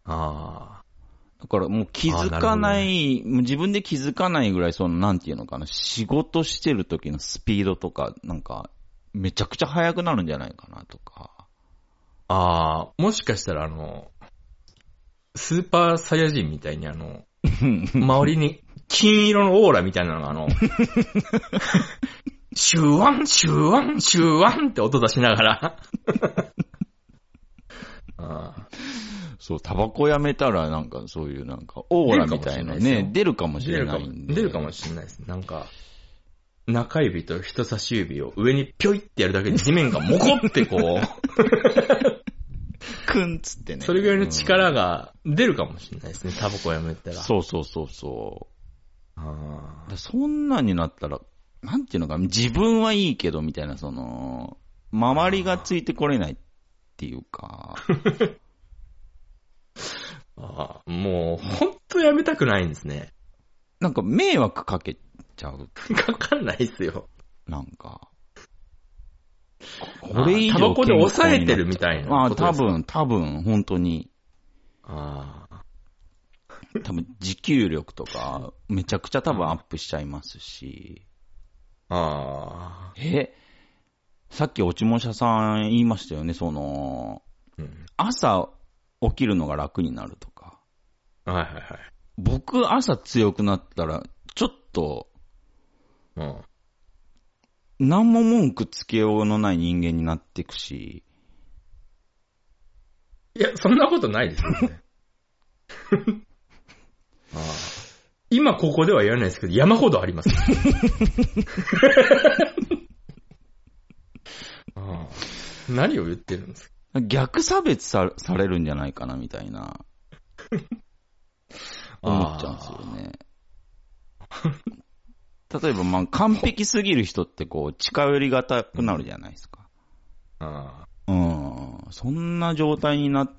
A: あ
B: だからもう気づかない、もう自分で気づかないぐらい、その、なんていうのかな、仕事してる時のスピードとか、なんか、めちゃくちゃ速くなるんじゃないかなとか。
A: あ。ああ、もしかしたらあの、スーパーサイヤ人みたいにあ の、周りに金色のオーラみたいなのがあの、 シュワン、シュワン、シュワンって音出しながら。 あ
B: そう、タバコやめたら、なんかそういうなんか、オーラみたいなね、出るかも
A: あ
B: し
A: 出
B: れ
A: るか
B: ない
A: も、
B: んで。
A: 出るかもしれないです。なんか、中指と人差し指を上にぴょいってやるだけで地面がモコってこ う、
B: くんっつってね。
A: それぐらいの力が出るかもしれないですね。タバコやめた
B: うん
A: ら。
B: そうそうそうそう。
A: あ
B: だからそんなんになったら、なんていうのかな、自分はいいけど、みたいな、その、周りがついてこれないっていう か。
A: ーあー。もう、ほんとやめたくないんですね。
B: なんか迷惑かけちゃう。
A: かかんないっすよ。
B: なんか。ここれ以上
A: タバコで抑えてるみ
B: い
A: たい
B: あ
A: な
B: あ、
A: こと
B: 多
A: ですか。
B: 分、多分、本当に。
A: ああ。
B: 多分、持久力とか、めちゃくちゃ多分アップしちゃいますし。
A: ああ。
B: えさっき落ちもしゃさん言いましたよね、その、
A: うん。
B: 朝起きるのが楽になるとか。
A: はいはいはい。
B: 僕、朝強くなったら、ちょっと、
A: うん。
B: 何も文句つけようのない人間になっていくし、
A: いや、そんなことないですよね。 ああ今ここではやらないですけど、山ほどあります。 ああ何を言ってるんですか
B: 逆差別さされるんじゃないかな、みたいな。思っちゃうんですよね。例えば、まあ、完璧すぎる人ってこう、近寄りがたくなるじゃないですか。
A: ああ。
B: うん。そんな状態になっ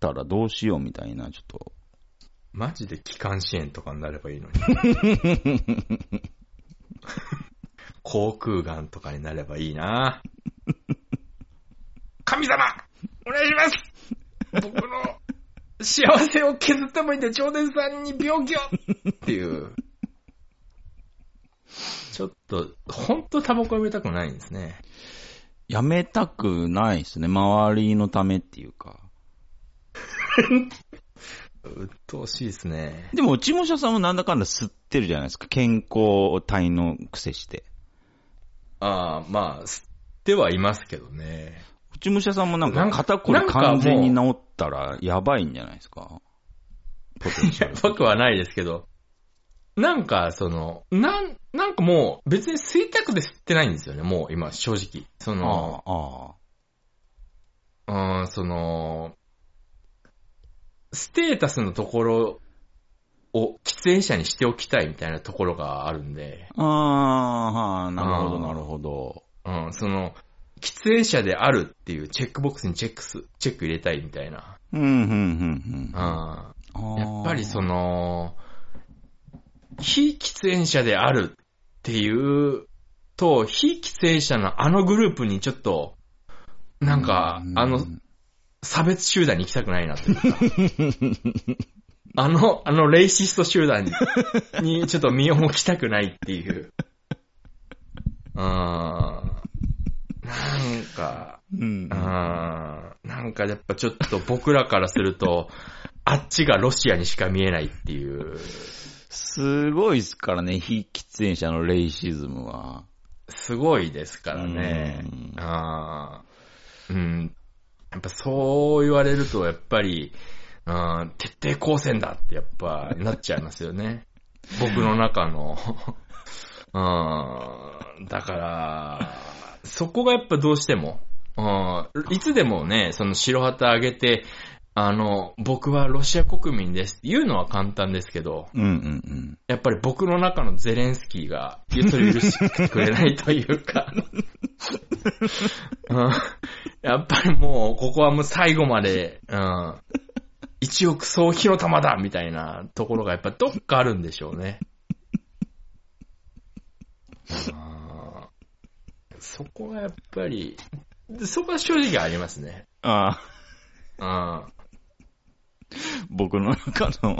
B: たらどうしようみたいな、ちょっと。
A: マジで機関支援とかになればいいのに。 口腔がんとかになればいいな。 神様お願いします僕の幸せを削ってもいいんで、超伝さんに病気をっていう。 ちょっと、ほんとタバコやめたくないんですね。
B: やめたくないですね。周りのためっていうか。
A: 鬱陶しいですね。
B: でも、うちもしゃさんもなんだかんだ吸ってるじゃないですか。健康体の癖して。
A: ああ、まあ、吸ってはいますけどね。
B: うちむしゃさんもなん
A: な
B: か
A: んか
B: 肩こり
A: なんかもう
B: 完全に治ったらやばいんじゃないですか。ポテンシャル。
A: 僕はないですけど。なんか、その、なん、なんかもう、別に吸いたくて吸ってないんですよね、もう今、正直。そ
B: あ
A: の、
B: あ、ああ。
A: うん、その、ステータスのところを喫煙者にしておきたいみたいなところがあるんで、
B: ああ、なるほど、
A: あー
B: なるほど。
A: うん、その、喫煙者であるっていうチェックボックスにチェックす、チェック入れたいみたいな。
B: うん、う
A: う
B: ん、
A: ん。や
B: うん、うん。
A: っぱりその、
B: の、
A: 非喫煙者であるっていうと、非喫煙者のあのグループにちょっと、なんか
B: う、ん
A: あの、差別集団に行きたくないなというか。 あの、あのレイシスト集 団ににちょっと身を置きたくないっていう。うーん。なんか、
B: うん
A: う。ーん。なんかやっぱちょっと僕らからすると、 あっちがロシアにしか見えないっていう。
B: すごいですからね、非喫煙者のレイシズムは。
A: すごいですからね
B: うん。
A: あーうん。やっぱそう言われると、やっぱり、うん、徹底抗戦だってやっぱなっちゃいますよね。 僕の中の。うん。だから、そこがやっぱどうしても、うん、いつでもね、その白旗上げて、あの、僕はロシア国民ですって言うのは簡単ですけど、
B: うん、うん、
A: やっぱり僕の中のゼレンスキーが、それ許してくれないというか、うん、やっぱりもう、ここはもう最後まで、うん、一億総火の玉だみたいなところがやっぱどっかあるんでしょうね。あーそこがやっぱり、そこは正直ありますね。
B: うん。ああ、
A: うん
B: 僕の中の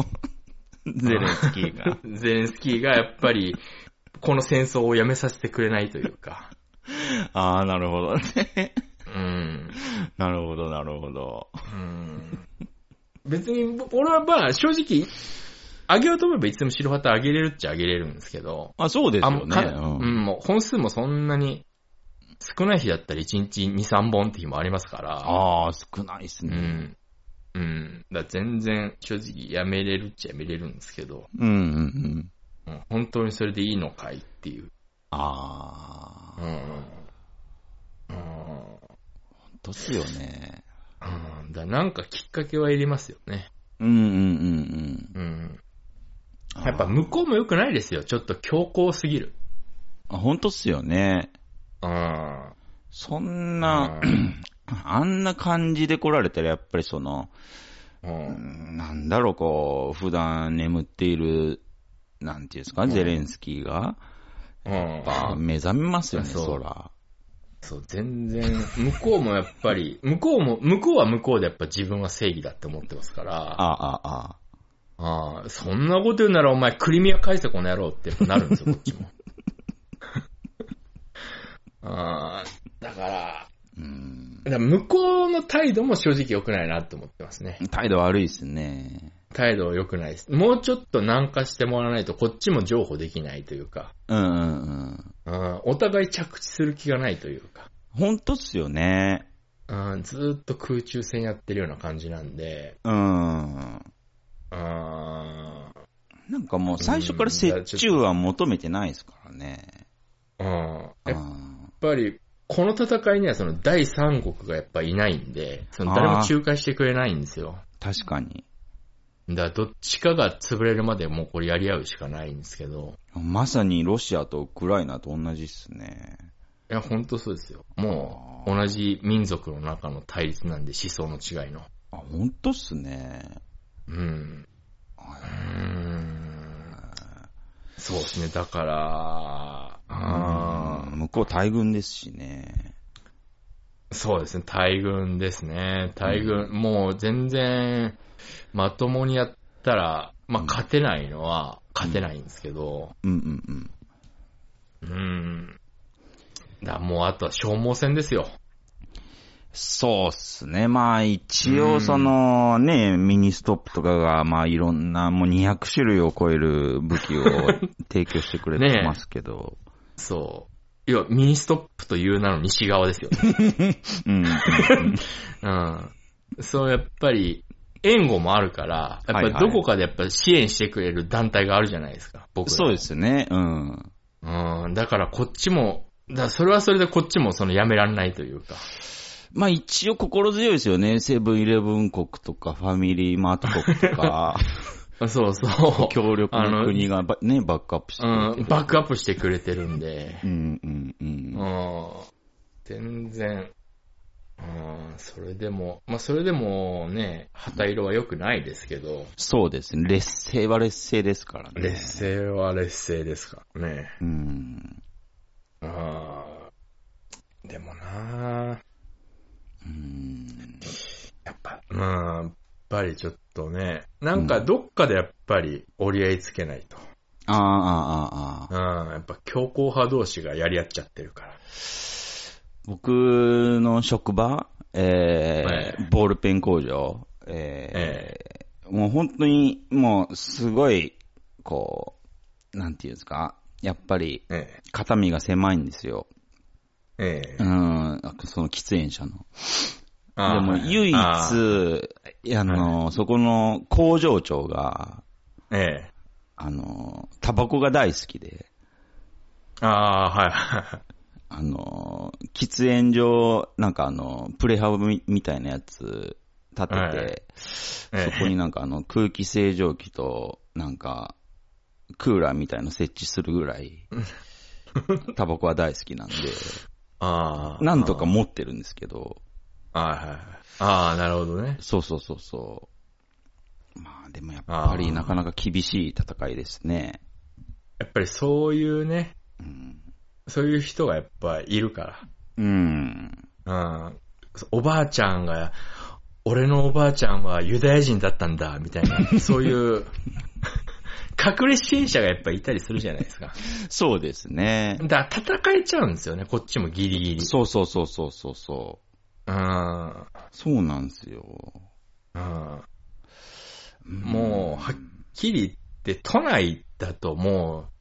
B: ゼレンスキ ーが。
A: ゼレンスキーがやっぱり、この戦争をやめさせてくれないというか。
B: ああ、なるほどね。
A: うん。
B: なるほど、なるほど。
A: うん別に、俺はまあ、正直、上げようと思えばいつでも白旗上げれるっちゃ上げれるんですけど、
B: あ、そうです
A: あ
B: よ
A: もう
B: ね。
A: か
B: うん
A: うん、もう本数もそんなに、少ない日だったら1日2、3本って日もありますから、
B: ああ、少ないです
A: う
B: ね。
A: ん。うん。だから全然、正直、やめれるっちゃやめれるんですけど、
B: うん、うん、うん。
A: うん本当にそれでいいのかいっていう。
B: ああ
A: う、ん。うん。
B: 本当っすよね。
A: うん、だからなんかきっかけはいりますよね。
B: うん、うん、う
A: う
B: ん、
A: ん。
B: うん。
A: やっぱ向こうも良くないですよ。ちょっと強硬すぎる。
B: あ、本当っすよね。
A: うん。
B: そんな、あんな感じで来られたら、やっぱりその、
A: う。
B: うんんなんだろう、こう、普段眠っている、なんていうんですか、ゼレンスキーが、
A: うん
B: やっぱ目覚めますよね、
A: そう
B: そら。
A: そう、全然、向こうもやっぱり、 向こうも、向こうは向こうでやっぱ自分は正義だって思ってますか
B: あ
A: ら、
B: あ、ああ。
A: ああ、そんなこと言うならお前クリミア返せこの野郎ってやっぱなるんですよ、こっちも。 ああ、だから、
B: うん。
A: だから向こうの態度も正直良くないなって思ってますね。
B: 態度悪いですね。
A: 態度良くないです。もうちょっと軟化してもらわないとこっちも譲歩できないというか、
B: うんうんうん。
A: うん、お互い着地する気がないというか。
B: 本当っすよね。
A: うんずーっと空中戦やってるような感じなんで、
B: うん。
A: あ
B: なんかもう最初から折衷は求めてないですからね。
A: ーうん、
B: う
A: やっ
B: ん。
A: ぱり、この戦いにはその第三国がやっぱいないんで、その誰も仲介してくれないんですよ。
B: 確かに。
A: だからどっちかが潰れるまでもうこれやり合うしかないんですけど、
B: まさにロシアとウクライナと同じっすね。
A: いや、ほんとそうですよ。もう、同じ民族の中の対立なんで思想の違いの。
B: あ、ほんとっすね。
A: うん。うーん。そうですね。だから、あ
B: うん向こう大軍ですしね。
A: ーそうですね。大軍ですね。大軍、もう全然、まともにやったら、まあ、勝てないのは勝てないんですけど、
B: うんうんうん。
A: うん。だもうあとは消耗戦ですよ。
B: そうっすね。まあ一応そのね、ミニストップとかがまあいろんなもう200種類を超える武器を提供してくれてますけ ど。
A: そう。要は、ミニストップという名の西側ですよね。
B: うんうん
A: うん。そう、やっぱり、援護もあるから、やっぱりどこかでやっぱ支援してくれる団体があるじゃないですか、僕ら
B: そうですね。うん。
A: うん、だからこっちも、だからそれはそれでこっちもそのやめられないというか。
B: まあ一応心強いですよね。セブンイレブン国とかファミリーマート国とか、
A: そうそう。
B: 協力の国がばね、バックアップして
A: う
B: くれて
A: ん、バックアップしてくれてるんで、
B: うんうん
A: う
B: う。
A: んん、全然、うん、それでも、まあそれでもね、旗色は良くないですけど、
B: そうですね。劣勢は劣勢ですからね。
A: 劣勢は劣勢ですからね。
B: うん。
A: あーでもなー
B: うん。
A: やっぱ、うん、やっぱりちょっとね、なんかどっかでやっぱり折り合いつけないと。
B: ああ、ああ、ああ
A: う。ん、やっぱ強硬派同士がやり合っちゃってるから。
B: 僕の職場、えー
A: ええ
B: ボールペン工場、えーもう本当に、もうすごい、こう、なんていうんですか、やっぱり、
A: え
B: 肩身が狭いんですよ。
A: え。ええ
B: う。ん、その喫煙者の。
A: あー
B: でも唯一、
A: あー
B: あの、そこの工場長が、
A: ええ。
B: あの、タバコが大好きで、
A: ああ、はいはい。
B: あの、喫煙所、なんかあの、プレハブみみたいなやつ立
A: は
B: て
A: い
B: て、
A: え
B: そこになんかあの、空気清浄機と、なんか、クーラーみたいの設置するぐら い、タバコは大好きなんで、
A: ああ。
B: なんとか持ってるんですけど、
A: はいはい。ああ、なるほどね。
B: そうそうそうそう。まあでもやっぱ
A: あ
B: り
A: ー
B: なかなか厳しい戦いですね。
A: やっぱりそういうね、
B: うん。
A: そういう人がやっぱいるから。
B: うん。
A: うん。おばあちゃんが、俺のおばあちゃんはユダヤ人だったんだ、みたいな、そういう、 隠れ支援者がやっぱいたりするじゃないですか。
B: そうですね。
A: だから戦えちゃうんですよね、こっちもギリギリ。
B: そうそうそうそうそうそう。
A: うん。
B: そうなんですよ。
A: うん。もう、はっきり言って、都内だともう、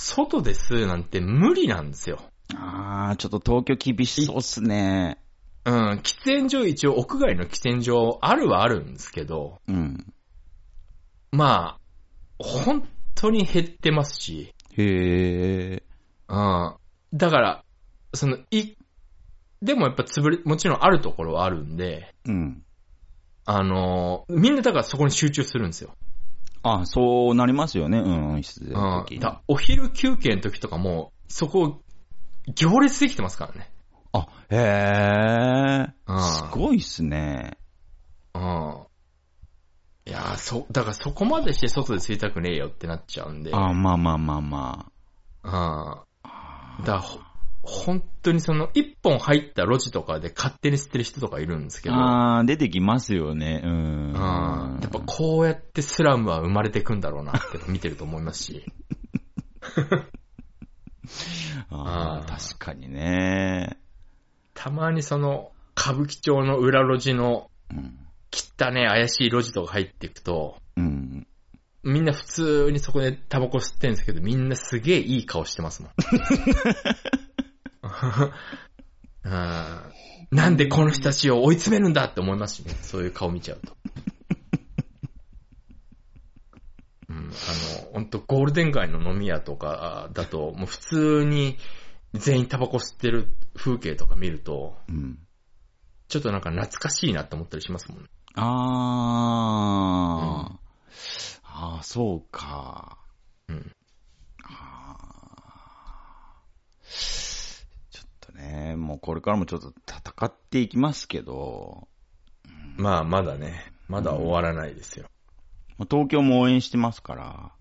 A: 外で吸うなんて無理なんですよ。
B: ああ、ちょっと東京厳しそうっすね。
A: うん、喫煙所一応屋外の喫煙所あるはあるんですけど、
B: うん。
A: まあ、本当に減ってますし、
B: へえ。
A: うん。だから、その、い、でもやっぱ潰れ、もちろんあるところはあるんで、
B: うん。
A: あのーみんなだからそこに集中するんですよ。
B: あそうなりますよね。うん、必
A: う
B: 然
A: ん
B: 的。に。
A: だお昼休憩の時とかも、そこ、行列できてますからね。
B: あ、へえ。
A: うん
B: すごいっすね。
A: うん。いやー、そ、だからそこまでして外で吸いたくねえよってなっちゃうんで、うん。だ
B: あまあまあまあま
A: からほ、本当にその、一本入った路地とかで勝手に吸ってる人とかいるんですけど、
B: あ。あー出てきますよね。うん。
A: うんやっぱこうやってスラムは生まれてくんだろうなって見てると思いますし。うん
B: あー確かにね。
A: たまにその、歌舞伎町の裏路地の
B: うん。
A: 汚ね怪しい路地とか入っていくと、
B: うん。
A: みんな普通にそこでタバコ吸ってんですけど、みんなすげえいい顔してます もん。うんなんでこの人たちを追い詰めるんだって思いますしね。そういう顔見ちゃうと。うん、あの、ほんとゴールデン街の飲み屋とかだと、もう普通に全員タバコ吸ってる風景とか見ると、
B: うん。
A: ちょっとなんか懐かしいなって思ったりしますもんね。
B: ああ、そうか。
A: うん。
B: あーちょっとね、もうこれからもちょっと戦っていきますけど、
A: まあ、まだね、まだ終わらないですよ。
B: もう東京も応援してますから、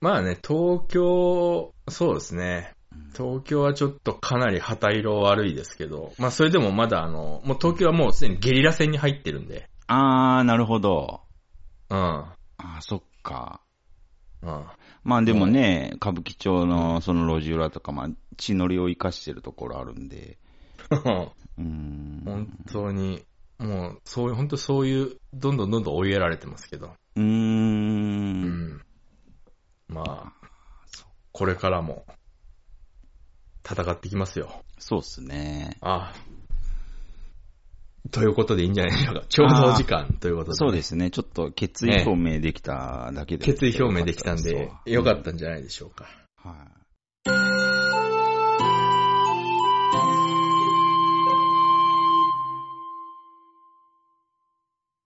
A: まあね、東京、そうですね。東京はちょっとかなり旗色悪いですけど、まあそれでもまだあの、もう東京はもうすでにゲリラ戦に入ってるんで、
B: あー、なるほど。
A: うん、
B: あー、そっか。
A: うん。
B: まあでもね、歌舞伎町のその路地裏とか、まあ、血のりを生かしてるところあるんで、うーん。
A: 本当に、もう、そういう、本当そういう、どんどんどんどん追いやられてますけど、
B: うー。
A: うんん。まあ、これからも、戦ってきますよ。
B: そうっすね。
A: ああ。ということでいいんじゃないでしょうか。ちょうどお時間ということで。
B: そうですね。ちょっと決意表明できただけで。
A: 決意表明できたんで、よかったんじゃないでしょうか。
B: た。はい。